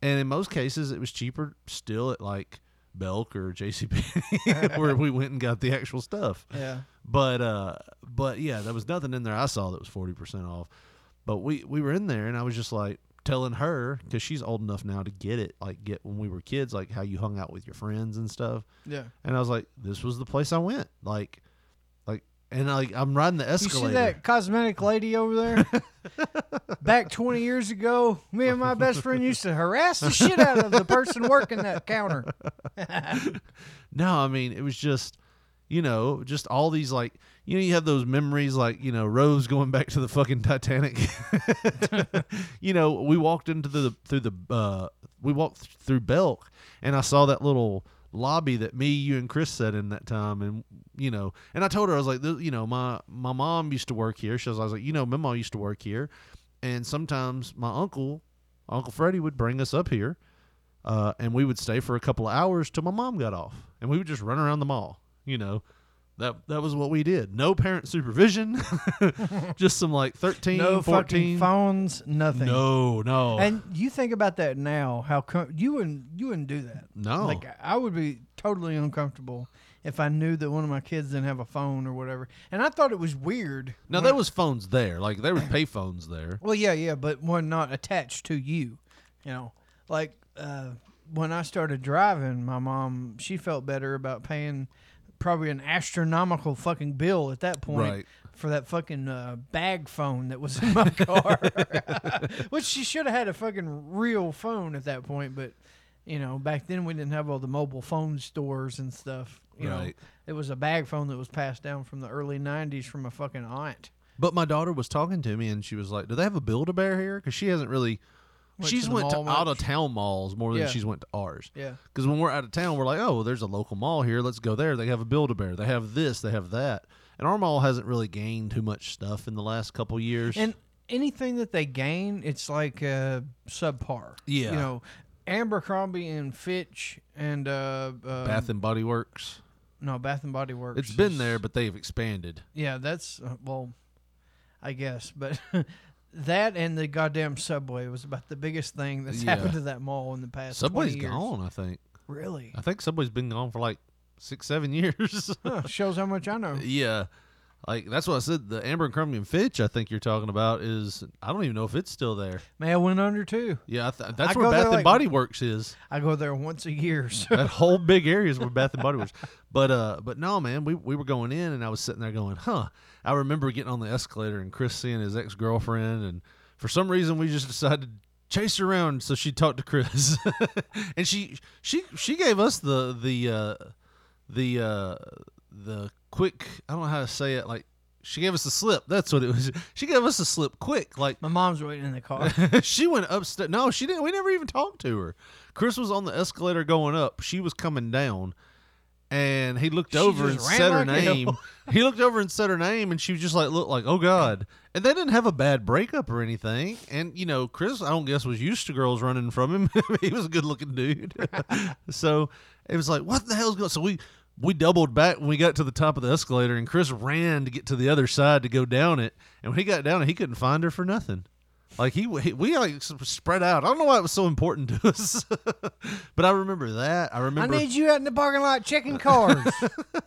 And in most cases, it was cheaper still at like Belk or JCPenney <laughs> where we went and got the actual stuff.
Yeah.
But uh, but yeah, there was nothing in there I saw that was forty percent off. But we we were in there, and I was just like telling her because she's old enough now to get it, like get when we were kids, like how you hung out with your friends and stuff.
Yeah.
And I was like, this was the place I went, like, like, and like I'm riding the
You
escalator.
see that cosmetic lady over there?
<laughs>
Back 20 years ago, me and my best friend used to harass the shit out of the person working that counter.
No, I mean it was just, you know, just all these like, you know, you have those memories like, you know, Rose going back to the fucking Titanic. <laughs> you know, we walked into the through the uh, we walked th- through Belk, and I saw that little lobby that me, you, and Chris sat in that time, and you know, and I told her I was like, "Th- you know, my my mom used to work here. She was, I was like, you know, my mom used to work here, and sometimes my uncle, Uncle Freddie, would bring us up here uh, and we would stay for a couple of hours till my mom got off, and we would just run around the mall. You know, that that was what we did. No parent supervision, <laughs> just some like 13,
No
14.
fucking phones, nothing.
no, no,
And you think about that now, how com- you wouldn't you wouldn't do that.
no.
Like I would be totally uncomfortable if I knew that one of my kids didn't have a phone or whatever. And I thought it was weird.
now there was phones there, like there was pay phones there.
Well, yeah, yeah, but one not attached to you. You know, like uh, when I started driving, my mom she felt better about paying probably an astronomical fucking bill at that point
Right.
for that fucking uh, bag phone that was
<laughs>
in my car, <laughs> which she should have had a fucking real phone at that point, but. You know, back then we didn't have all the mobile phone stores and stuff. You know,
Right.
it was a bag phone that was passed down from the early '90s from a fucking aunt.
But my daughter was talking to me, and she was like, "Do they have a Build a Bear here?" Because she hasn't really.
Went
she's
to the
went to
mall much?
out of town malls more than
Yeah.
she's went to ours.
Yeah.
Because when we're out of town, we're like, oh, there's a local mall here. Let's go there. They have a Build a Bear. They have this. They have that. And our mall hasn't really gained too much stuff in the last couple years.
And anything that they gain, it's like uh, subpar.
Yeah.
You know, Abercrombie and Fitch and uh, uh,
Bath and Body Works.
no Bath and Body Works.
It's been
is-
there, but they've expanded.
Yeah, that's uh, well, I guess, but. <laughs> That and the goddamn subway was about the biggest thing that's
Yeah.
happened to that mall in the past.
Subway's
20 years.
gone, I think.
Really?
<laughs> I think Subway's been gone for like six, seven <laughs> years.
Huh, shows how much I know.
yeah. Like, that's what I said. The Amber and Crumbly and Fitch, I think you're talking about, is I don't even know if it's still there.
Man, I went under too.
Yeah. I th- that's
I
where
go there,
Bath and
like-
Body Works is.
I go there once a year. <laughs>
<laughs>
So.
that whole big area is where Bath and Body Works. But uh, but no, man, we we were going in, and I was sitting there going, huh. I remember getting on the escalator and Chris seeing his ex girlfriend, and for some reason we just decided to chase her around. So she talked to Chris, <laughs> and she she she gave us the the uh, the uh, the quick. I don't know how to say it. Like she gave us the slip. That's what it was. She gave us the slip quick. Like
My mom's waiting in
<laughs>
the car. <laughs>
she went upstairs. No, she didn't. We never even talked to her. Chris was on the escalator going up. She was coming down, and he looked
She
over and
just ran
said her
like hell.
name. he looked over and said her name, and she was just like, looked like, oh god. And they didn't have a bad breakup or anything. And you know, Chris, I don't guess was used to girls running from him. <laughs> he was a good looking dude, <laughs> so it was like, what the hell's going? So we. We doubled back when we got to the top of the escalator, and Chris ran to get to the other side to go down it. And when he got down it, he couldn't find her for nothing. Like he, he we like s- spread out. I don't know why it was so important to <laughs> us, but I remember that. I
I
remember.
need you out in the parking lot checking <laughs> cars.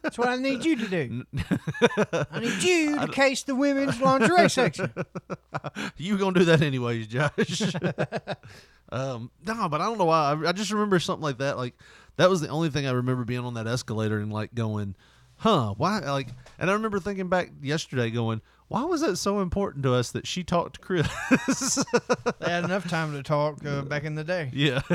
That's what I need you to do. <laughs> I need you to case the women's lingerie section.
you were gonna do that anyways, Josh. <laughs> um, no, but I don't know why. I, I just remember something like that. Like that was the only thing I remember being on that escalator and like going, "Huh? Why?" Like, and I remember thinking back yesterday, going, "Why was that so important to us that she talked to Chris?"
<laughs>
<laughs>
They had enough time to talk uh, back in the day.
yeah. <laughs>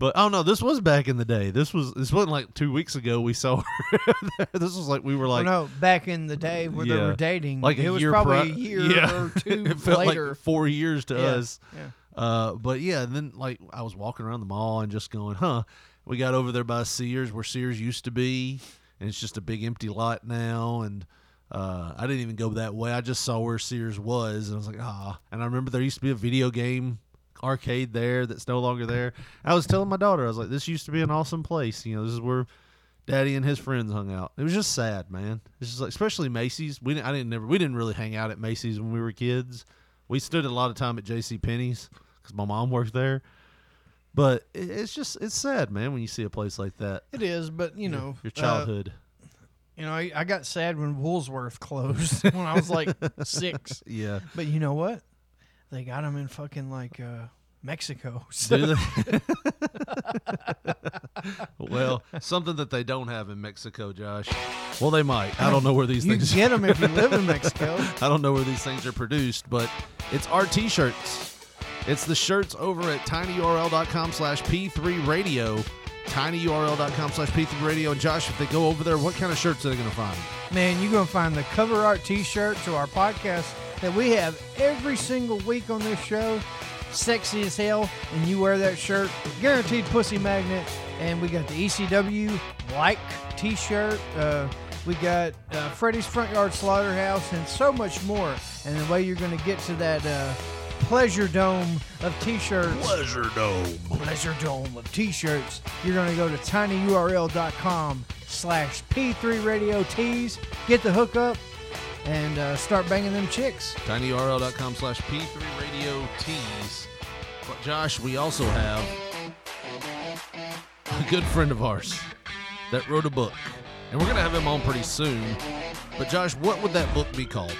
But oh no, this was back in the day. This was this wasn't like two weeks ago we saw her. <laughs> this was like we were
Well,
like
no, back in the day where they
Yeah.
were dating,
like a
it was
year
probably
pri-
a <laughs> year
<laughs> yeah.
or two
it felt
later.
like four years to
Yeah,
us
yeah.
uh but yeah and then like i was walking around the mall and just going huh we got over there by sears where sears used to be and it's just a big empty lot now and Uh, I didn't even go that way. I just saw where Sears was, and I was like, ah. And I remember there used to be a video game arcade there that's no longer there. I was telling my daughter, I was like, this used to be an awesome place. You know, this is where Daddy and his friends hung out. It was just sad, man. It's just like, especially Macy's. We didn't, I didn't never we didn't really hang out at Macy's when we were kids. We stood a lot of time at J.C. Penney's because my mom worked there. But it, it's just it's sad, man, when you see a place like that.
It is, but you know,
your
uh,
childhood.
you know, I, I got sad when Woolsworth closed <laughs> when I was like six.
yeah.
But you know what? They got them in fucking like uh, Mexico. <laughs> So
<laughs> Do they? well, something that they don't have in Mexico, Josh. Well, they might. I don't know where these
you
things.
get them if you live in <laughs> Mexico.
I don't know where these things are produced, but it's our t-shirts. It's the shirts over at tinyurl.com slash p3 radio. Tinyurl.com slash p3 radio. And Josh, if they go over there, what kind of shirts are they going to find?
Man, you're going to find the cover art t shirt to our podcast that we have every single week on this show. Sexy as hell, and you wear that shirt, guaranteed pussy magnet. And we got the ECW like t shirt. Uh, we got uh, Freddy's Front Yard Slaughterhouse and so much more. And the way you're going to get to that uh, pleasure dome of t shirts
Pleasure Dome.
pleasure dome of t-shirts you're gonna go to tinyurl.com slash p3 radio tees get the hookup and uh, start banging them chicks
tinyurl.com slash p3 radio tees but josh we also have a good friend of ours that wrote a book and we're gonna have him on pretty soon but josh what would that book be called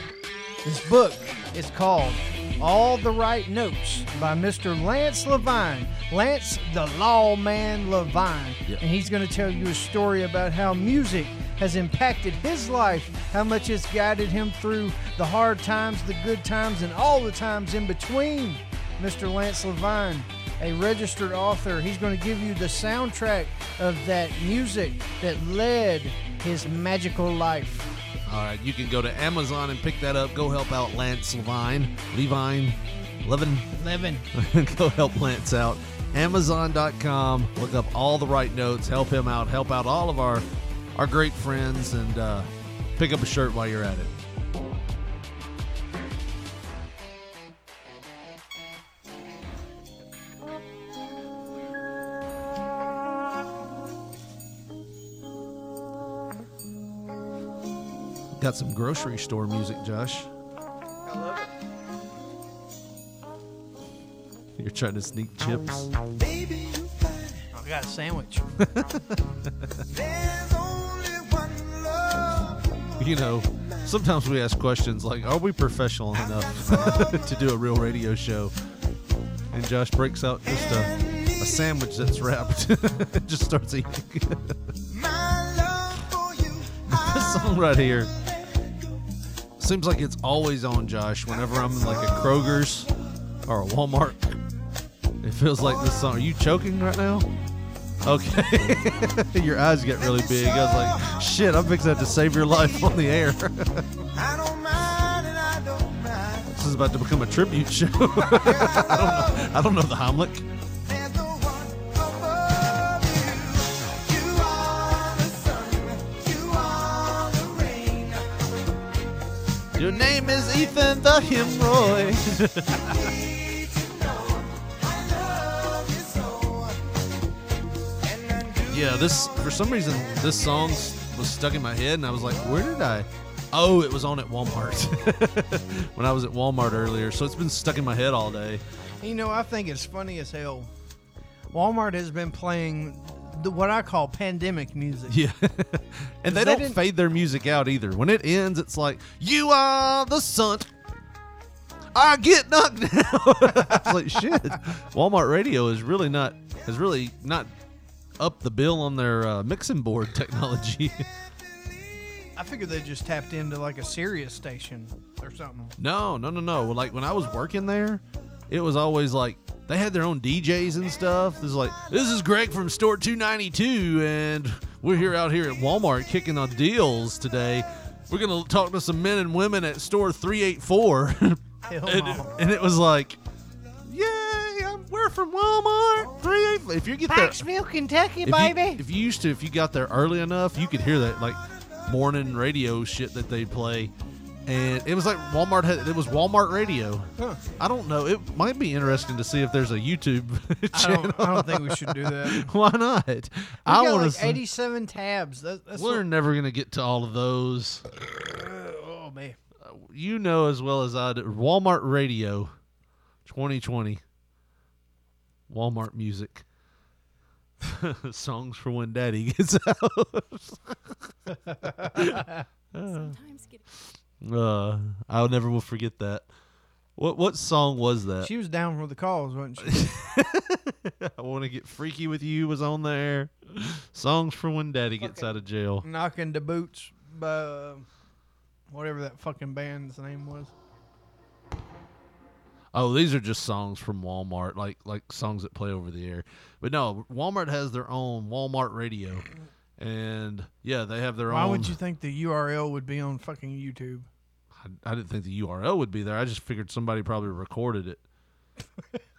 this book is called all the right notes by mr lance levine lance the lawman levine
Yeah.
and he's gonna tell you a story about how music has impacted his life how much it's guided him through the hard times the good times and all the times in between Mr. Lance Levine, a registered author. He's going to give you the soundtrack of that music that led his magical life.
all right you can go to amazon and pick that up go help out lance levine levine levin
Levin.
<laughs> go help Lance out. Amazon.com. Look up all the right notes. Help him out. Help out all of our our great friends, and uh, pick up a shirt while you're at it. Got some grocery store music, Josh. You're trying to sneak chips.
I got a sandwich.
you know, sometimes we ask questions like, are we professional enough <laughs> to do a real radio show? And Josh breaks out just a, a sandwich that's wrapped <laughs> and just starts eating. <laughs> this song right here seems like it's always on, Josh. Whenever I'm in like a Kroger's or a Walmart, it feels like this song. Are you choking right now? Okay. <laughs> your eyes get really big. I was like, shit, I'm fixing to have to save your life on the air. <laughs> This is about to become a tribute show. <laughs> I, don't know, I don't know the Heimlich. Your name is Ethan the Hemorrhoid. yeah, this for some reason this song s- was stuck in my head, and I was like, where did I? Oh, it was on at Walmart <laughs> when I was at Walmart earlier, so it's been stuck in my head all day. <laughs>
you know, I think it's funny as hell. Walmart has been playing the, what I call pandemic music.
Yeah, and they,
They
don't
didn't-
fade their music out either. When it ends, it's like you are the sun. I get <laughs> knocked down. I was like, shit. Walmart Radio is really not is really not up the bill on their uh, mixing board <laughs> technology.
I figured they just tapped into like a Sirius station or something.
no, no, no, no. Like when I was working there, it was always like they had their own DJs and stuff. This is like this is Greg from Store 292, and we're here out here at Walmart kicking on deals today. We're gonna talk to some men and women at Store <laughs> 384.
Hell
and,
no.
and it was like, yay, I'm, we're from Walmart. Three eight. If you get there,
Knoxville, Kentucky,
if you, if you used to, if you got there early enough, you could hear that. Like, morning radio shit that they play, and it was like Walmart. Had, it was Walmart radio.
Huh.
I don't know. It might be interesting to see if there's a YouTube <laughs>
I
channel.
don't, I don't think we should do that. We
Why not? <laughs> I
got
want
like
to.
87 tabs. That, that's
we're never gonna get to all of those.
what- oh man.
You know as well as I do. Walmart radio, 2020. Walmart music. <laughs> Songs for when Daddy gets <laughs> out.
Sometimes get
<laughs> Uh, I will never will forget that. What what song was that?
She was down for the cause, wasn't she?
<laughs> I want to get freaky with you was on there. Songs for when Daddy gets out of jail.
Knocking the boots by uh, whatever that fucking band's name was.
Oh, these are just songs from Walmart, like like songs that play over the air. But no, Walmart has their own Walmart radio, and yeah, they have their
Why
own.
would you think the URL would be on fucking YouTube?
I, I didn't think the URL would be there. I just figured somebody probably recorded it.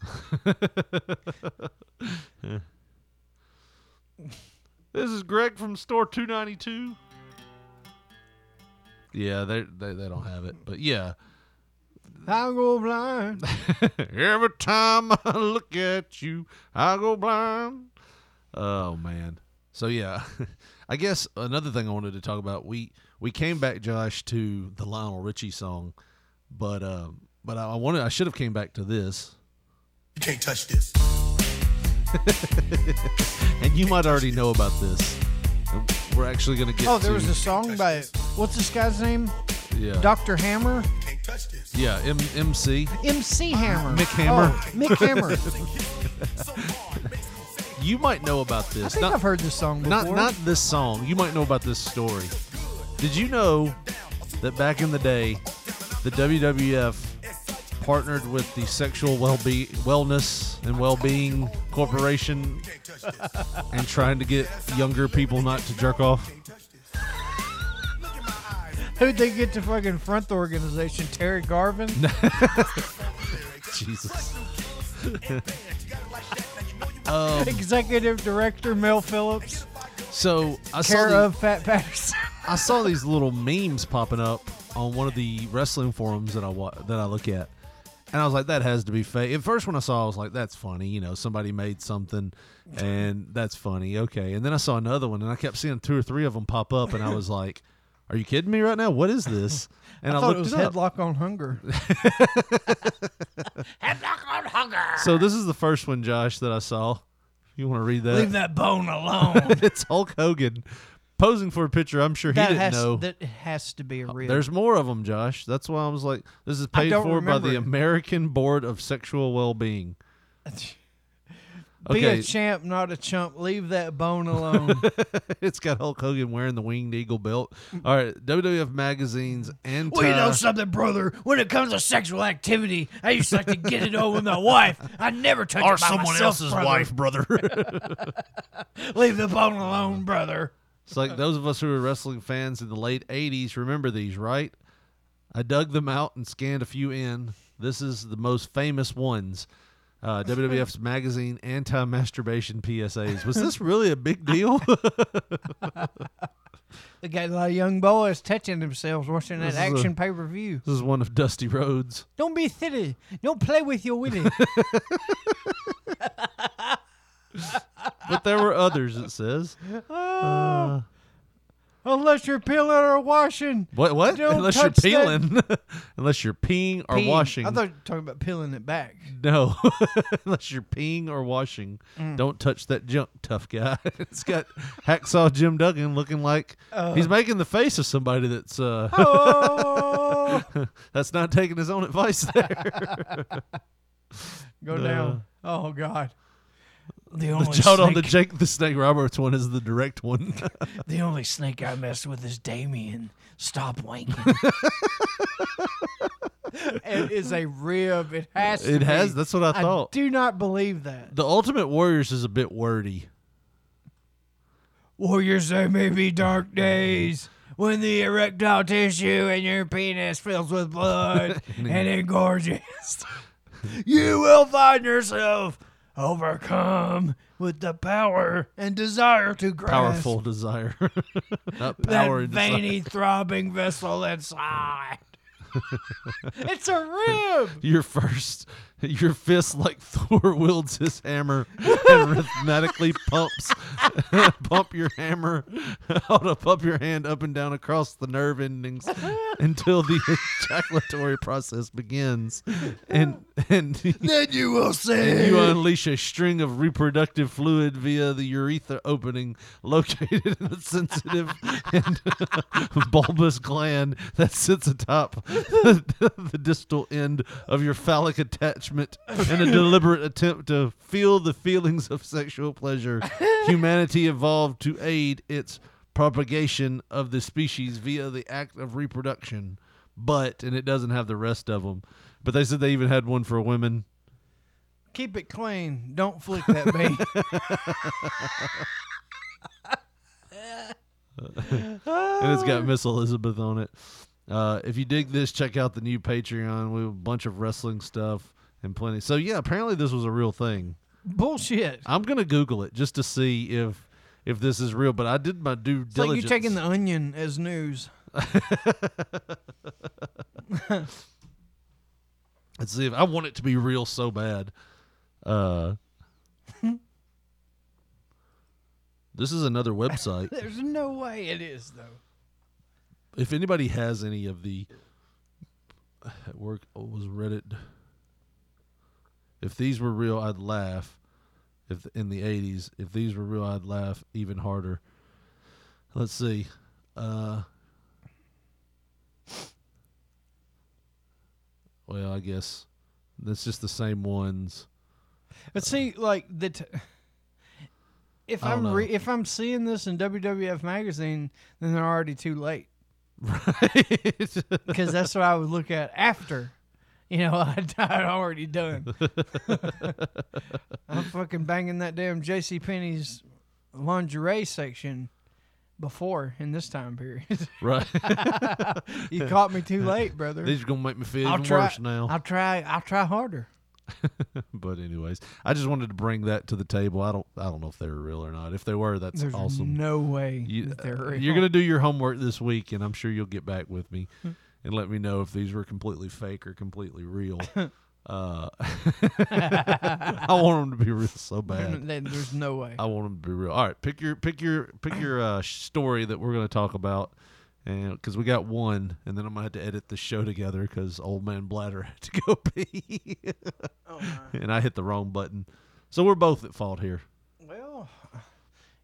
<laughs> Yeah. This is Greg from store 292. Yeah, they, they they don't have it, but yeah.
I
<laughs>
go blind.
Every time I look at you, I go blind. Oh man. So yeah, <laughs> I guess another thing I wanted to talk about we we came back, Josh, to the Lionel Richie song, but um, but I, I wanted I should have came back to this,
You can't touch this.
<laughs> and you might already know about this. And We're actually gonna get.
Oh, there
to-
was a song by what's this guy's name?
yeah,
Dr. Hammer?
You can't touch this.
yeah, M- MC.
MC Hammer.
Mick Hammer.
Oh, Mick
<laughs>
Hammer.
You might know about this.
I think
Not-
I've heard this song before.
Not not this song. You might know about this story. Did you know that back in the day, the WWF partnered with the Sexual Wellbe- Wellness and Wellbeing Corporation and trying to get younger people not to jerk
<laughs>
off?
Who'd they get to fucking front the organization? Terry Garvin?
Jesus.
Executive Director Mel Phillips?
So I saw
Care
the-
of Fat Patterson?
I saw these little memes popping up on one of the wrestling forums that I wa- that I look at, and I was like, that has to be fake. At first, when I saw, it, I was like, that's funny. You know, somebody made something, and that's funny. Okay, and then I saw another one, and I kept seeing two or three of them pop up, and I was like, are you kidding me right now? What is this?
<laughs>
And I,
I thought
looked
it was
up.
Headlock on
<laughs>
Hunger.
So this is the first one, Josh, that I saw. You want to read that?
Leave that bone <laughs> alone.
<laughs> it's Hulk Hogan posing for a picture. I'm sure he
that,
didn't
has,
know.
that has to be
<laughs>
real.
There's more of them, Josh. That's why I was like, this is
I
paid
don't
for by
remember
the
it.
American Board of Sexual Well-being. <laughs>
Be
Okay,
a champ, not a chump. Leave
<laughs>
that bone alone.
it's got Hulk Hogan wearing the winged eagle belt.
Mm.
All right, WWF magazines and
Well, you know something, brother. When it comes to sexual activity, I used to like to get it over with my wife. I never touch it by myself, brother.
brother.
Leave the bone alone, brother.
<laughs> it's like those of us who were wrestling fans in the late '80s remember these, right? I dug them out and scanned a few in. This is the most famous ones.
<laughs>
Uh, WWF's magazine anti-masturbation PSAs. Was this really a big deal? <laughs>
they got a lot of young boys touching themselves watching that
This is a-
action pay per view.
This is one of Dusty Rhodes.
Don't be silly. Don't play with
<laughs>
your willy.
But there were others, it says. Uh,
Ah. Unless you're peeling or washing.
what? What?
Don't
Unless you're
touch that-
peeling. <laughs> Unless you're peeing or
Peeing.
washing.
I thought you were talking about peeling it back.
<laughs> no. <laughs> Unless you're peeing or washing.
Mm.
Don't touch that junk, tough guy. <laughs> it's got Hacksaw Jim Duggan looking like
Uh.
he's making the face of somebody that's uh,
Oh,
<laughs> that's not taking his own
<laughs>
advice there.
go down. Oh God. The
the
only
shout on the Jake the Snake Roberts one is the direct one. <laughs>
The only snake I mess with is Damien. Stop
<laughs>
wanking.
it is a rib. It has. to
it
be.
has. That's what I
I
thought.
do not believe that.
the Ultimate Warriors is a bit wordy.
Warriors, there may be dark days when the erectile tissue in your penis fills with
<laughs>
blood and engorges. you will find yourself overcome with the power and desire to grasp
Powerful desire. <laughs> Not
that
power and desire.
veiny, throbbing vessel
<laughs>
inside. it's a rib.
Your first, your fist like <laughs> Thor wields his hammer and rhythmically pumps, <laughs> pump your hammer, <laughs> out up, up your hand up and down across the nerve endings until the <laughs> ejaculatory process begins, and and <laughs>
Then you will <laughs>
and
see.
you unleash a string of reproductive fluid via the urethra opening located in the sensitive and <laughs> bulbous gland that sits atop the, distal end of your phallic attachment in a deliberate attempt to feel the feelings of sexual pleasure humanity evolved to aid its propagation of the species via the act of reproduction but and it doesn't have the rest of them but they said they even had one for women
Keep it clean. Don't flick that bait.
<laughs> and it's
Oh,
got Miss Elizabeth on it. Uh, if you dig this, check out the new Patreon. We have a bunch of wrestling stuff and plenty. So yeah, apparently this was a real thing.
Bullshit.
I'm gonna Google it just to see if if this is real. But I did my due
It's like
diligence.
you taking the onion as news.
Let's see if I want it to be real so bad.
<laughs>
Uh, this is another website.
There's no way it is though.
if anybody has any of the at work oh, was Reddit. If these were real, I'd laugh. If in the eighties, if these were real, I'd laugh even harder. Let's see. Uh, well, I guess that's just the same ones. <laughs>
But see, like the t- if
I don't
I'm
know.
re- if I'm seeing this in WWF magazine, then they're already too late
Right.
because that's what I would look at after. You know, <laughs> I'd, I'd already done. I'm fucking banging that damn J.C. Penney's lingerie section before in this time period. <laughs>
right. <laughs>
you caught me too late, brother.
these are gonna make me feel
I'll
even
try.
worse now.
I'll try. I'll try harder.
But anyways, I just wanted to bring that to the table. I don't I don't know if they were real or not. If they were, that's
There's
awesome.
no way
you,
that they're real. Hmm.
are gonna do your homework this week, and I'm sure you'll get back with me and let me know if these were completely fake or completely
<laughs>
real. uh, <laughs> I want them to be real so
<laughs>
bad.
Then There's no way.
I want them to be real. All right, pick your pick your pick your uh, story that we're gonna talk about. And because we got one, and then I'm gonna have to edit the show together because old man Bladder <laughs> had to go <laughs> pee, Oh, and I hit the wrong button. So we're both at fault here.
Well,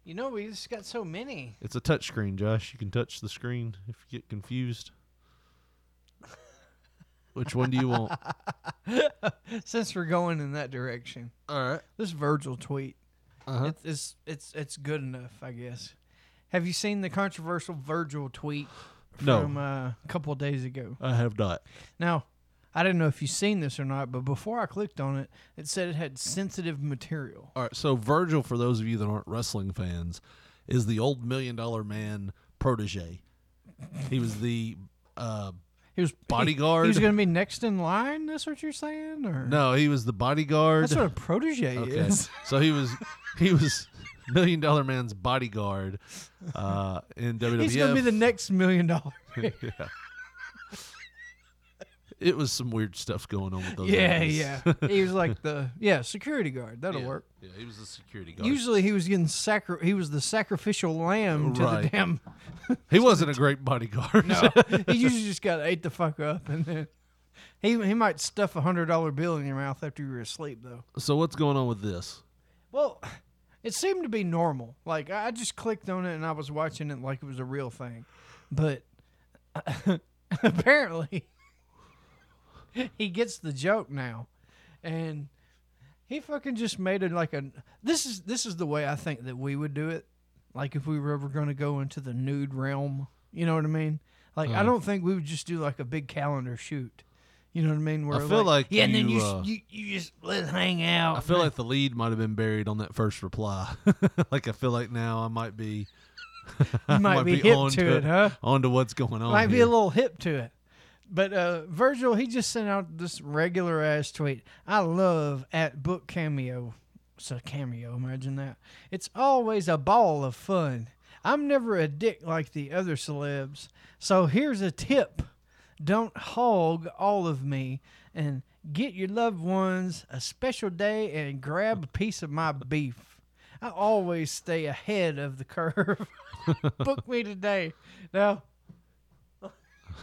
you know, we just got so many.
It's a touch screen, Josh. You can touch the screen if you get <laughs> confused. Which one do you want?
Since we're going in that direction,
All right.
this Virgil tweet,
Uh-huh.
it's, it's it's it's good enough, I guess. Have you seen the controversial Virgil tweet
No.
from uh, a couple of days ago?
I have not.
Now, I didn't know if you've seen this or not, but before I clicked on it, it said it had sensitive material.
All right. So Virgil, for those of you that aren't wrestling fans, is the old million dollar man protege. He was the uh,
He was
Bodyguard?
He, he was going to be next in line. That's what you're saying, or
no, he was the bodyguard.
That's what a protege
Okay.
is.
<laughs> so he was he was million dollar man's bodyguard uh, in WWF.
He's going to be the next million dollar. <laughs> man.
it was some weird stuff going on with those.
Yeah,
guys. <laughs>
yeah. He was like the yeah security guard. That'll
Yeah.
work.
Yeah, he was the security guard.
Usually he was getting sacri- he was the sacrificial lamb to the
Right.
damn.
He wasn't a great bodyguard.
No, <laughs> he usually just got ate the fuck up, and then he he might stuff a hundred dollar bill in your mouth after you were asleep though.
<laughs> so what's going on with this?
Well, it seemed to be normal. Like I I just clicked on it and I was watching it like it was a real thing, but <laughs> apparently <laughs> he gets the joke now, and he fucking just made it like a. This is this is the way I think that we would do it. Like if we were ever going to go into the nude realm, you know what I mean? Like
Mm.
I don't think we would just do like a big calendar shoot. You know what I mean? Where
I feel like
Yeah, and then you, s-
uh,
you you just let's hang out.
Oh,
I feel like the lead might have been buried on that first reply. <laughs> like I feel like now I might be <laughs>
you <laughs> might, be, hip
onto
to it, huh?
Onto what's going on.
might be
here.
a little hip to it. But uh, Virgil, he just sent out this regular ass tweet. I love at book cameo It's a cameo. Imagine that. It's always a ball of fun. I'm never a dick like the other celebs. So here's a tip don't hog all of me and get your loved ones a special day and grab a piece of my beef. I always stay ahead of the curve. <laughs> Book me today. Now,
<laughs>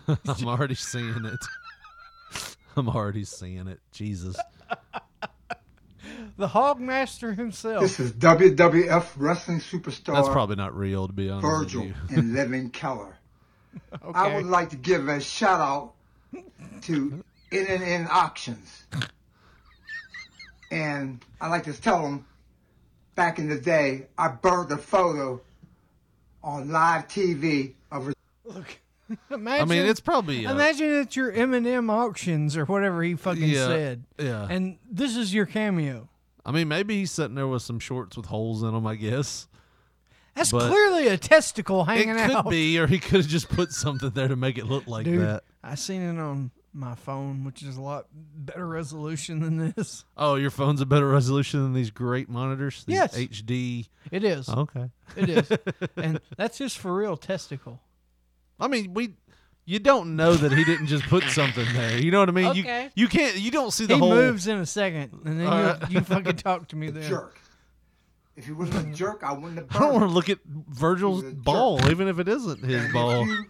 I'm already seeing it. <laughs> I'm already seeing it. Jesus.
the Hogmaster himself.
This is WWF wrestling superstar
That's probably not real, to be honest
Virgil
with you.
and Levin
<laughs>
Keller. I would like to give a shout out to In and In
<laughs>
Auctions. And I like to tell them back in the day, I burned a photo on live TV of a <laughs>
Look, imagine,
I mean, it's probably. Uh,
imagine it's your Eminem auctions or whatever he fucking
yeah,
said,
Yeah.
and this is your cameo.
I mean, maybe he's sitting there with some shorts with holes in them, I guess.
That's
But-
clearly a testicle
It
hanging
could
out.
be, or he could have just put something there to make it look like
<laughs> Dude,
that.
I seen it on my phone, which is a lot better resolution than this.
Oh, your phone's a better resolution than these great monitors? These
Yes.
HD.
It is.
Okay. <laughs>
It is. and that's just for real testicle.
I mean, we. You don't know that he didn't just put something there. You know what I mean?
Okay.
You you can't. You don't see the
he
whole. Uh,
moves in a second, and then
All right.
you, you fucking talk
<laughs>
to me then.
jerk. If he wasn't a jerk, I wouldn't have
<laughs> <laughs> I
burned
don't want
it.
to look at Virgil's
He's a jerk.
ball, even if it isn't his
And
ball.
If you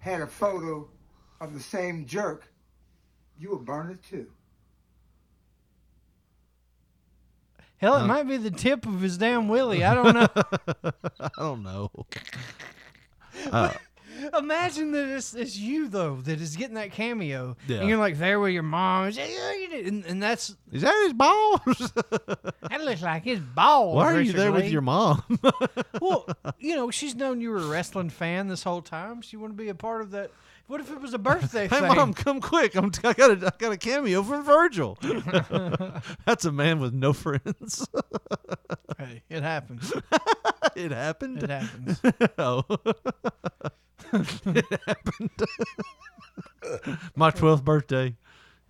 had a photo of the same jerk, you would burn it too.
Hell, it
Uh,
might be the tip of his damn willy. I
<laughs>
don't know.
<laughs> I don't know.
Imagine that it's, it's you though that is getting that cameo,
Yeah.
and you're like there with your mom, and, she's like, "Oh, you did-" and, and that's
Is that his ball?
<laughs> that looks like his ball.
Why are you there with your mom? <laughs>
well, you know, she's known you were a wrestling fan this whole time. She wanted to be a part of that. What if it was a
<laughs>
birthday
hey,
thing?
mom, come quick! I'm t- I got a I got a cameo from
<laughs>
Virgil. <laughs> That's a man with no friends. <laughs>
Hey, it happens.
it happened.
It happens.
oh. <laughs> it happened. My twelfth birthday.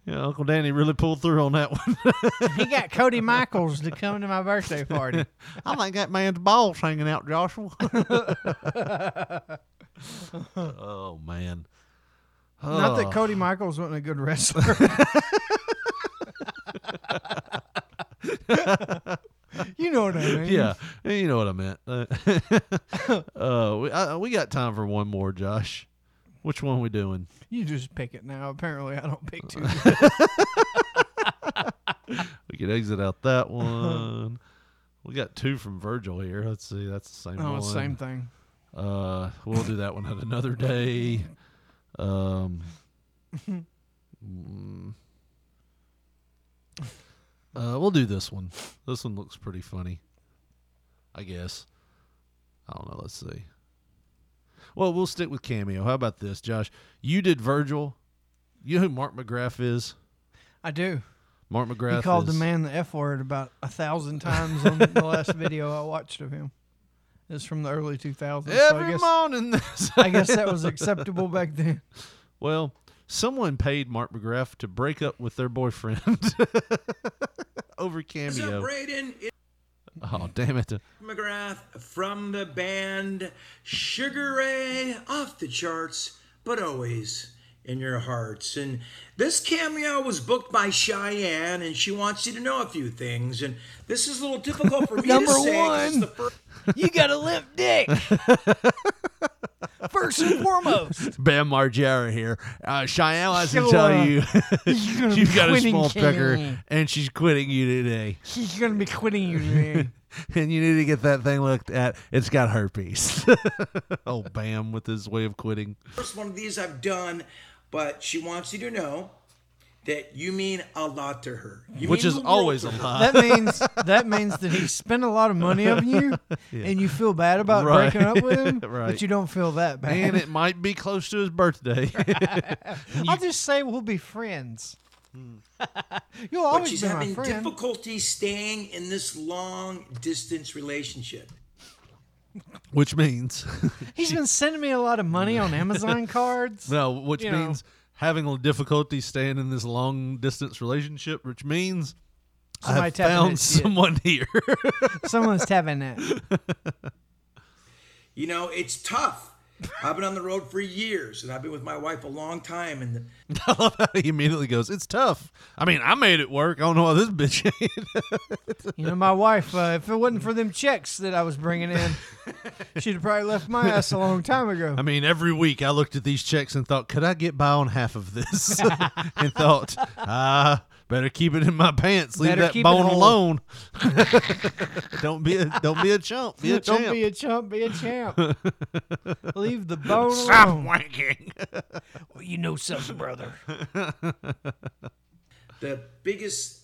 Yeah, Uncle Danny really pulled through on that one.
he got Cody Michaels to come to my birthday party.
<laughs> I like that man's balls hanging out, Joshua. <laughs> oh man.
Not that
Oh.
Cody Michaels wasn't a good wrestler. <laughs> you know what I mean?
Yeah, you know what I meant. <laughs> Uh, uh, we, I, we got time for one more, Josh. Which one we doing?
You just pick it now. Apparently, I don't pick two.
We could exit out <laughs> that one. we got two from Virgil here. Let's see. That's the same
oh,
one.
it's same thing.
Uh, we'll do that one at another day.
<laughs>
Um, mm. uh, we'll do this one. This one looks pretty funny, I guess. I don't know. Let's see. Well, we'll stick with cameo. How about this, Josh? You did Virgil. You know who Mark McGrath is?
I do.
Mark McGrath.
he called the
is-
man the F word about a thousand times on the last video I watched of him. It's from the early 2000s. so I
every
guess,
morning. This
I guess that was acceptable back then.
Well, someone paid Mark McGrath to break up with their boyfriend <laughs> over cameo.
Braden
Oh, damn it!
McGrath from the band Sugar Ray, off the charts, but always in your hearts. And this cameo was booked by Cheyenne, and she wants you to know a few things. And this is a little
<laughs>
difficult for me
Number
to say. 'cause it's
one.
the first
You got a limp dick. First and foremost.
Bam Margera here. Uh, Cheyenne wants to
Sure.
tell
<laughs>
you <laughs>
He's gonna
she's
be
got a
quitting
small
Kenny.
pecker and she's quitting you today.
He's going to be quitting you today.
And you need to get that thing looked at. It's got herpes. <laughs> oh, Bam with his way of quitting.
first one of these I've done, but she wants you to know that you mean a lot to her. You
Which
mean
is
the world
always
to
a
her.
lie.
<laughs> That means that means that he spent a lot of money on you, and you feel bad about
Right.
breaking up with him,
Right.
but you don't feel that bad.
And it might be close to his
<laughs>
birthday. <laughs>
I'll just say we'll be friends. <laughs> You'll
But
always
she's
be my
having
friend.
difficulty staying in this long distance relationship.
which means <laughs>
He's been sending me a lot of money on Amazon cards.
No, which
You know.
means having a difficulty staying in this long distance relationship, which means
Somebody
I
tapping that
found
shit.
someone here. <laughs>
Someone's tapping that.
You know, it's tough. I've been on the road for years, and I've been with my wife a long time, and
he immediately goes, "It's tough. I mean, I made it work. I don't know why this bitch." <laughs> ain't."
You know, my wife, uh, if it wasn't for them checks that I was
<laughs>
bringing in, she'd have probably left my ass a long time ago.
I mean, every week I looked at these checks and thought, "Could I get by on half of this?" <laughs> and thought, "Ah, better keep it in my pants. Leave
Better
that
keep it
bone
whole."
alone. <laughs> don't be a don't be a chump. Be a
<laughs> Don't
champ."
be a chump, be
<laughs>
a champ. Leave the bone
Stop
alone.
wanking.
Well,
<laughs>
you know something, brother.
the biggest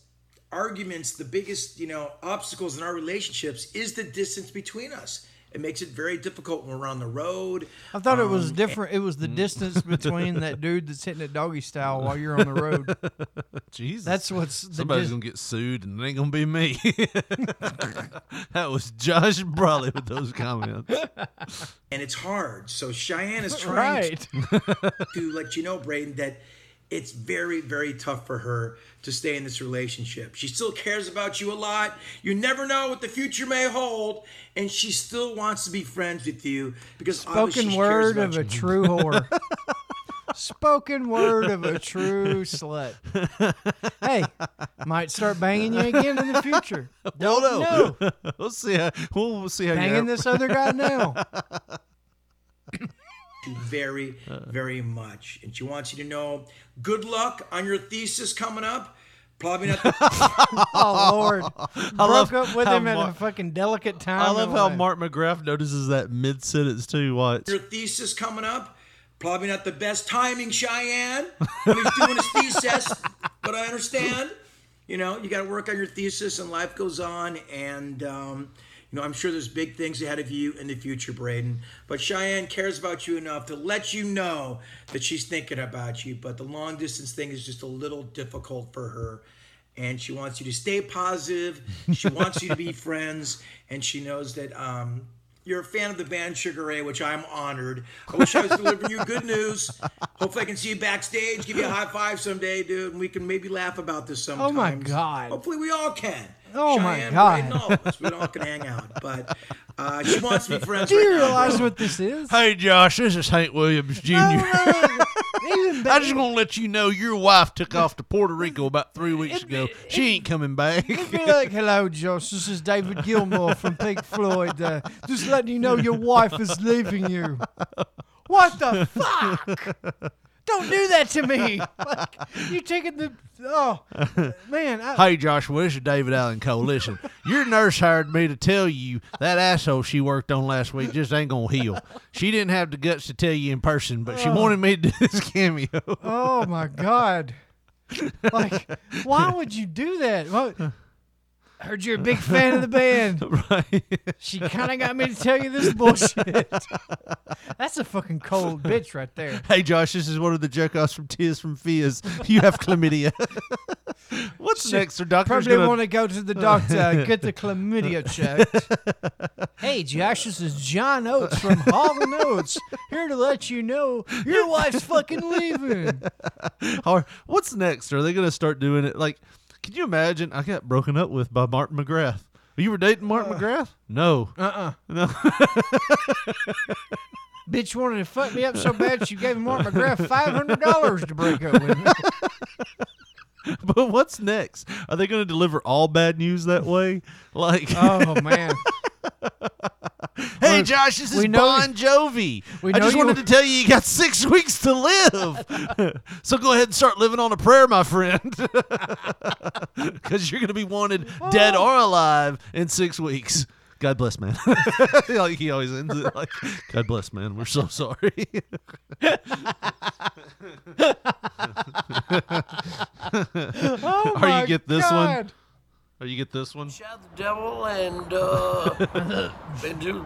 arguments, the biggest, you know, obstacles in our relationships is the distance between us. It makes it very difficult when we're on the road.
I thought it was
Um,
different. It was
<laughs>
the distance between that dude that's hitting it doggy style while you're on
<laughs>
the road.
Jesus,
That's what's the
somebody's
dis-
gonna get sued, and it ain't gonna be me. <laughs> that was Josh Brawley with those
<laughs>
comments.
and it's hard. So Cheyenne is trying
Right.
to, to let you know, Braden, that it's very, very tough for her to stay in this relationship. She still cares about you a lot. You never know what the future may hold, and she still wants to be friends with you because obviously
Spoken
she
word
cares
of
about
a
you.
true whore.
<laughs>
Spoken word of a true slut. Hey, might start banging you again in
<laughs>
the future. Don't know.
we'll see. How, we'll, we'll see how
Banging
you
this other
<laughs>
guy now.
you very, very much. And she wants you to know good luck on your thesis coming up. Probably not.
<laughs> Oh Lord! Broke
love
up with
how
him at
Mar-
a fucking delicate time.
I
in
love how
life.
Mark McGrath notices that mid sentence too. Watch.
your thesis coming up. Probably not the best timing, Cheyenne. When he's doing his thesis, but I understand. You know, you got to work on your thesis, and life goes on. And um, you know, I'm sure there's big things ahead of you in the future, Braden. But Cheyenne cares about you enough to let you know that she's thinking about you. But the long distance thing is just a little difficult for her. And she wants you to stay positive. She wants you to be <laughs> friends, and she knows that um, you're a fan of the band Sugar Ray, which I'm honored. I wish I was delivering you good news. Hopefully, I can see you backstage, give you a high five someday, dude, and we can maybe laugh about this sometime.
Oh my God!
Hopefully, we all can.
Oh my
Cheyenne,
God.
Braden, all of us. We all can hang out, but uh, she wants to be
<laughs>
friends.
Do you
right now,
realize
bro.
what this is?
Hey Josh, this is Hank
<laughs>
Williams Jr. <laughs> I just want to let you know your wife took off to Puerto Rico about three weeks ago. She ain't coming back. <laughs>
It'd be like, hello, Josh. This is David Gilmour from Pink Floyd. Uh, just letting you know your wife is leaving you. What the fuck? Don't do that to me. Like, you're taking the. Oh, man. I,
Hey Joshua, this is David Allen Cole. Listen, your nurse hired me to tell you that asshole she worked on last week just ain't gonna heal. She didn't have the guts to tell you in person, but she wanted me to do this cameo.
oh, my God. Like, why would you do that? What? Heard you're a big fan of the band.
Right.
She kind of got me to tell you this bullshit. That's a fucking cold bitch right there.
Hey Josh, this is one of the jerk offs from Tears from Fears. You have chlamydia. What's
Shit,
next? Her doctor's
Probably
gonna-
want to go to
<laughs>
the doctor, get the chlamydia checked. hey, Josh, this is John Oates from Hall and Oates, here to let you know your wife's fucking leaving.
Or what's next? Are they gonna start doing it? Like, can you imagine? I got broken up with by Martin McGrath. You were dating
Uh.
Martin McGrath? No.
Uh-uh.
No.
Bitch wanted to fuck me up so bad she gave Mark McGrath five hundred dollars to break up with me.
<laughs> but what's next? Are they gonna deliver all bad news that way? <laughs> Like,
Oh man.
hey Josh, this
we
is
know-
Bon Jovi.
we
I
know
just
you-
wanted to tell you you got six <laughs> weeks to live. <laughs> so go ahead and start living on a prayer, my friend, <laughs> because you're gonna be wanted dead or alive in six weeks. God bless, man. <laughs> like he always ends it like, God bless, man. We're so sorry. <laughs>
Oh,
or
my
you get this one.
God.
Or Oh, you get this one.
devil and uh,
<laughs>
and do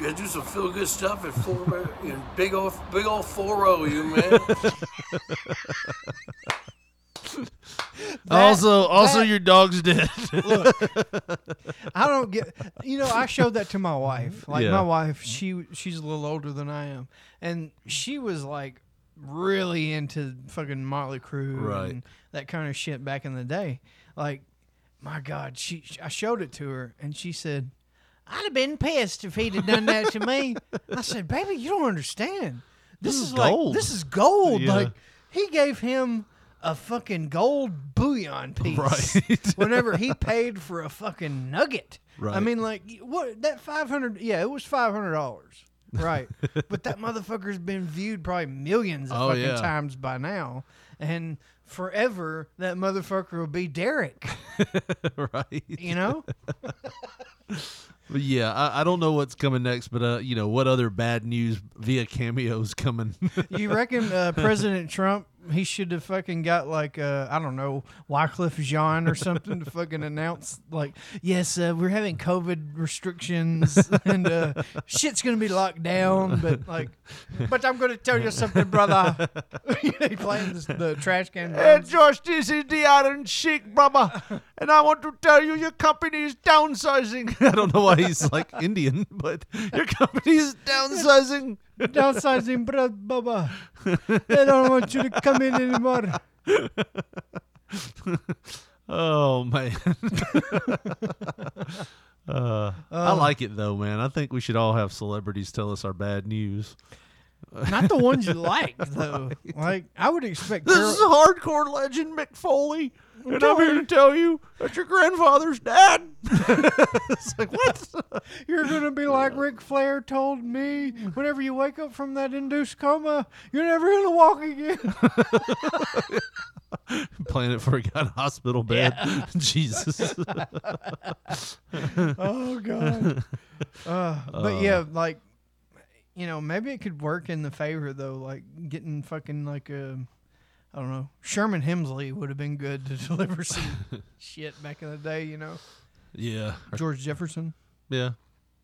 and do some feel good stuff at four in big old big old four O you man.
also, also
that-
your dog's dead. <laughs>
I don't get. You know, I showed that to my wife. Like
Yeah.
my wife, she she's a little older than I am, and she was like really into fucking Motley Crue
Right.
and that kind of shit back in the day. Like my God, she I showed it to her and she said, I'd have been pissed if he'd have done that to me. I said, baby, you don't understand.
This
This, is,
is
like
gold."
this is gold.
Yeah.
Like he gave him a fucking gold bullion piece.
Right.
<laughs> whenever he paid for a fucking nugget. I
Right.
mean, like what that five hundred? Yeah, it was five hundred dollars. Right. but that motherfucker's been viewed probably millions of
Oh,
fucking
yeah.
times by now, and forever that motherfucker will be Derek.
right.
You know.
But yeah, I, I don't know what's coming next, but uh, you know what other bad news via cameos coming? <laughs>
You reckon uh, President Trump he should have fucking got like uh, I don't know Wycliffe Jean or something to fucking announce like yes uh, we're having COVID restrictions and uh, shit's gonna be locked down but like but I'm gonna tell you something brother <laughs> he playing this, the trash can drums.
Josh, this is the Iron Sheik, brother, and I want to tell you your company is downsizing.
<laughs> I don't know why he's
<laughs>
like Indian, but your company's downsizing. <laughs>
downsizing bread baba they don't want you to come in anymore
oh man. <laughs> uh, I
Um,
Uh.
like it though, man. I think we should all have celebrities tell us our bad news.
not the ones you like
<laughs>
though like I would expect
This
Carol-
is hardcore legend Mick Foley, and I'm here to tell you that your grandfather's
<laughs>
dead.
it's like what? <laughs>
You're gonna be like Ric Flair told me. Whenever you wake up from that induced coma, you're never gonna walk again. <laughs>
Planet Forgot Hospital bed.
Yeah.
<laughs> Jesus.
oh god. Uh, but
Uh.
yeah, like you know, maybe it could work in the favor though. Like getting fucking like a, I don't know, Sherman Hemsley would have been good to <laughs> deliver some shit back in the day. You know,
Yeah.
George Jefferson.
Yeah.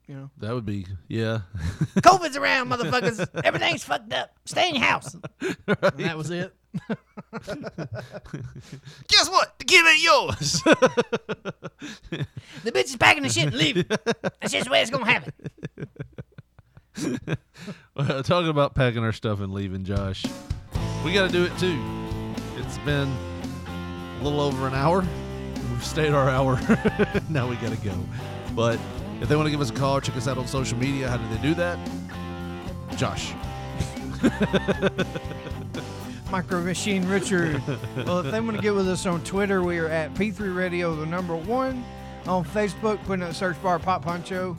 You know.
That would be yeah. <laughs>
COVID's around, motherfuckers. Everything's fucked up. Stay in your house. And that was it.
Guess what? The kid ain't yours.
the bitch is packing the shit and leaving. That's just the way it's gonna happen.
well, talking about packing our stuff and leaving, Josh. We got to do it too. It's been a little over an hour. We've stayed our hour. <laughs> now we got to go. But if they want to give us a call or check us out on social media, how do they do that? Josh.
Micro Machine Richard. well, if they want to get with us on Twitter, we are at P3 Radio, the number one. On Facebook, put in the search bar Pop Poncho,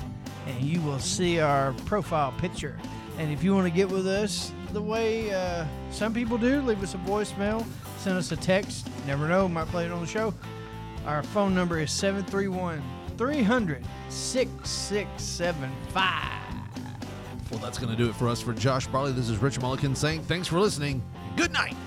and you will see our profile picture. And if you want to get with us the way uh, some people do, leave us a voicemail, send us a text. Never know, might play it on the show. Our phone number is 731 300 6675.
Well, that's going to do it for us. For Josh Barley, this is Rich Mulligan saying thanks for listening. Good night.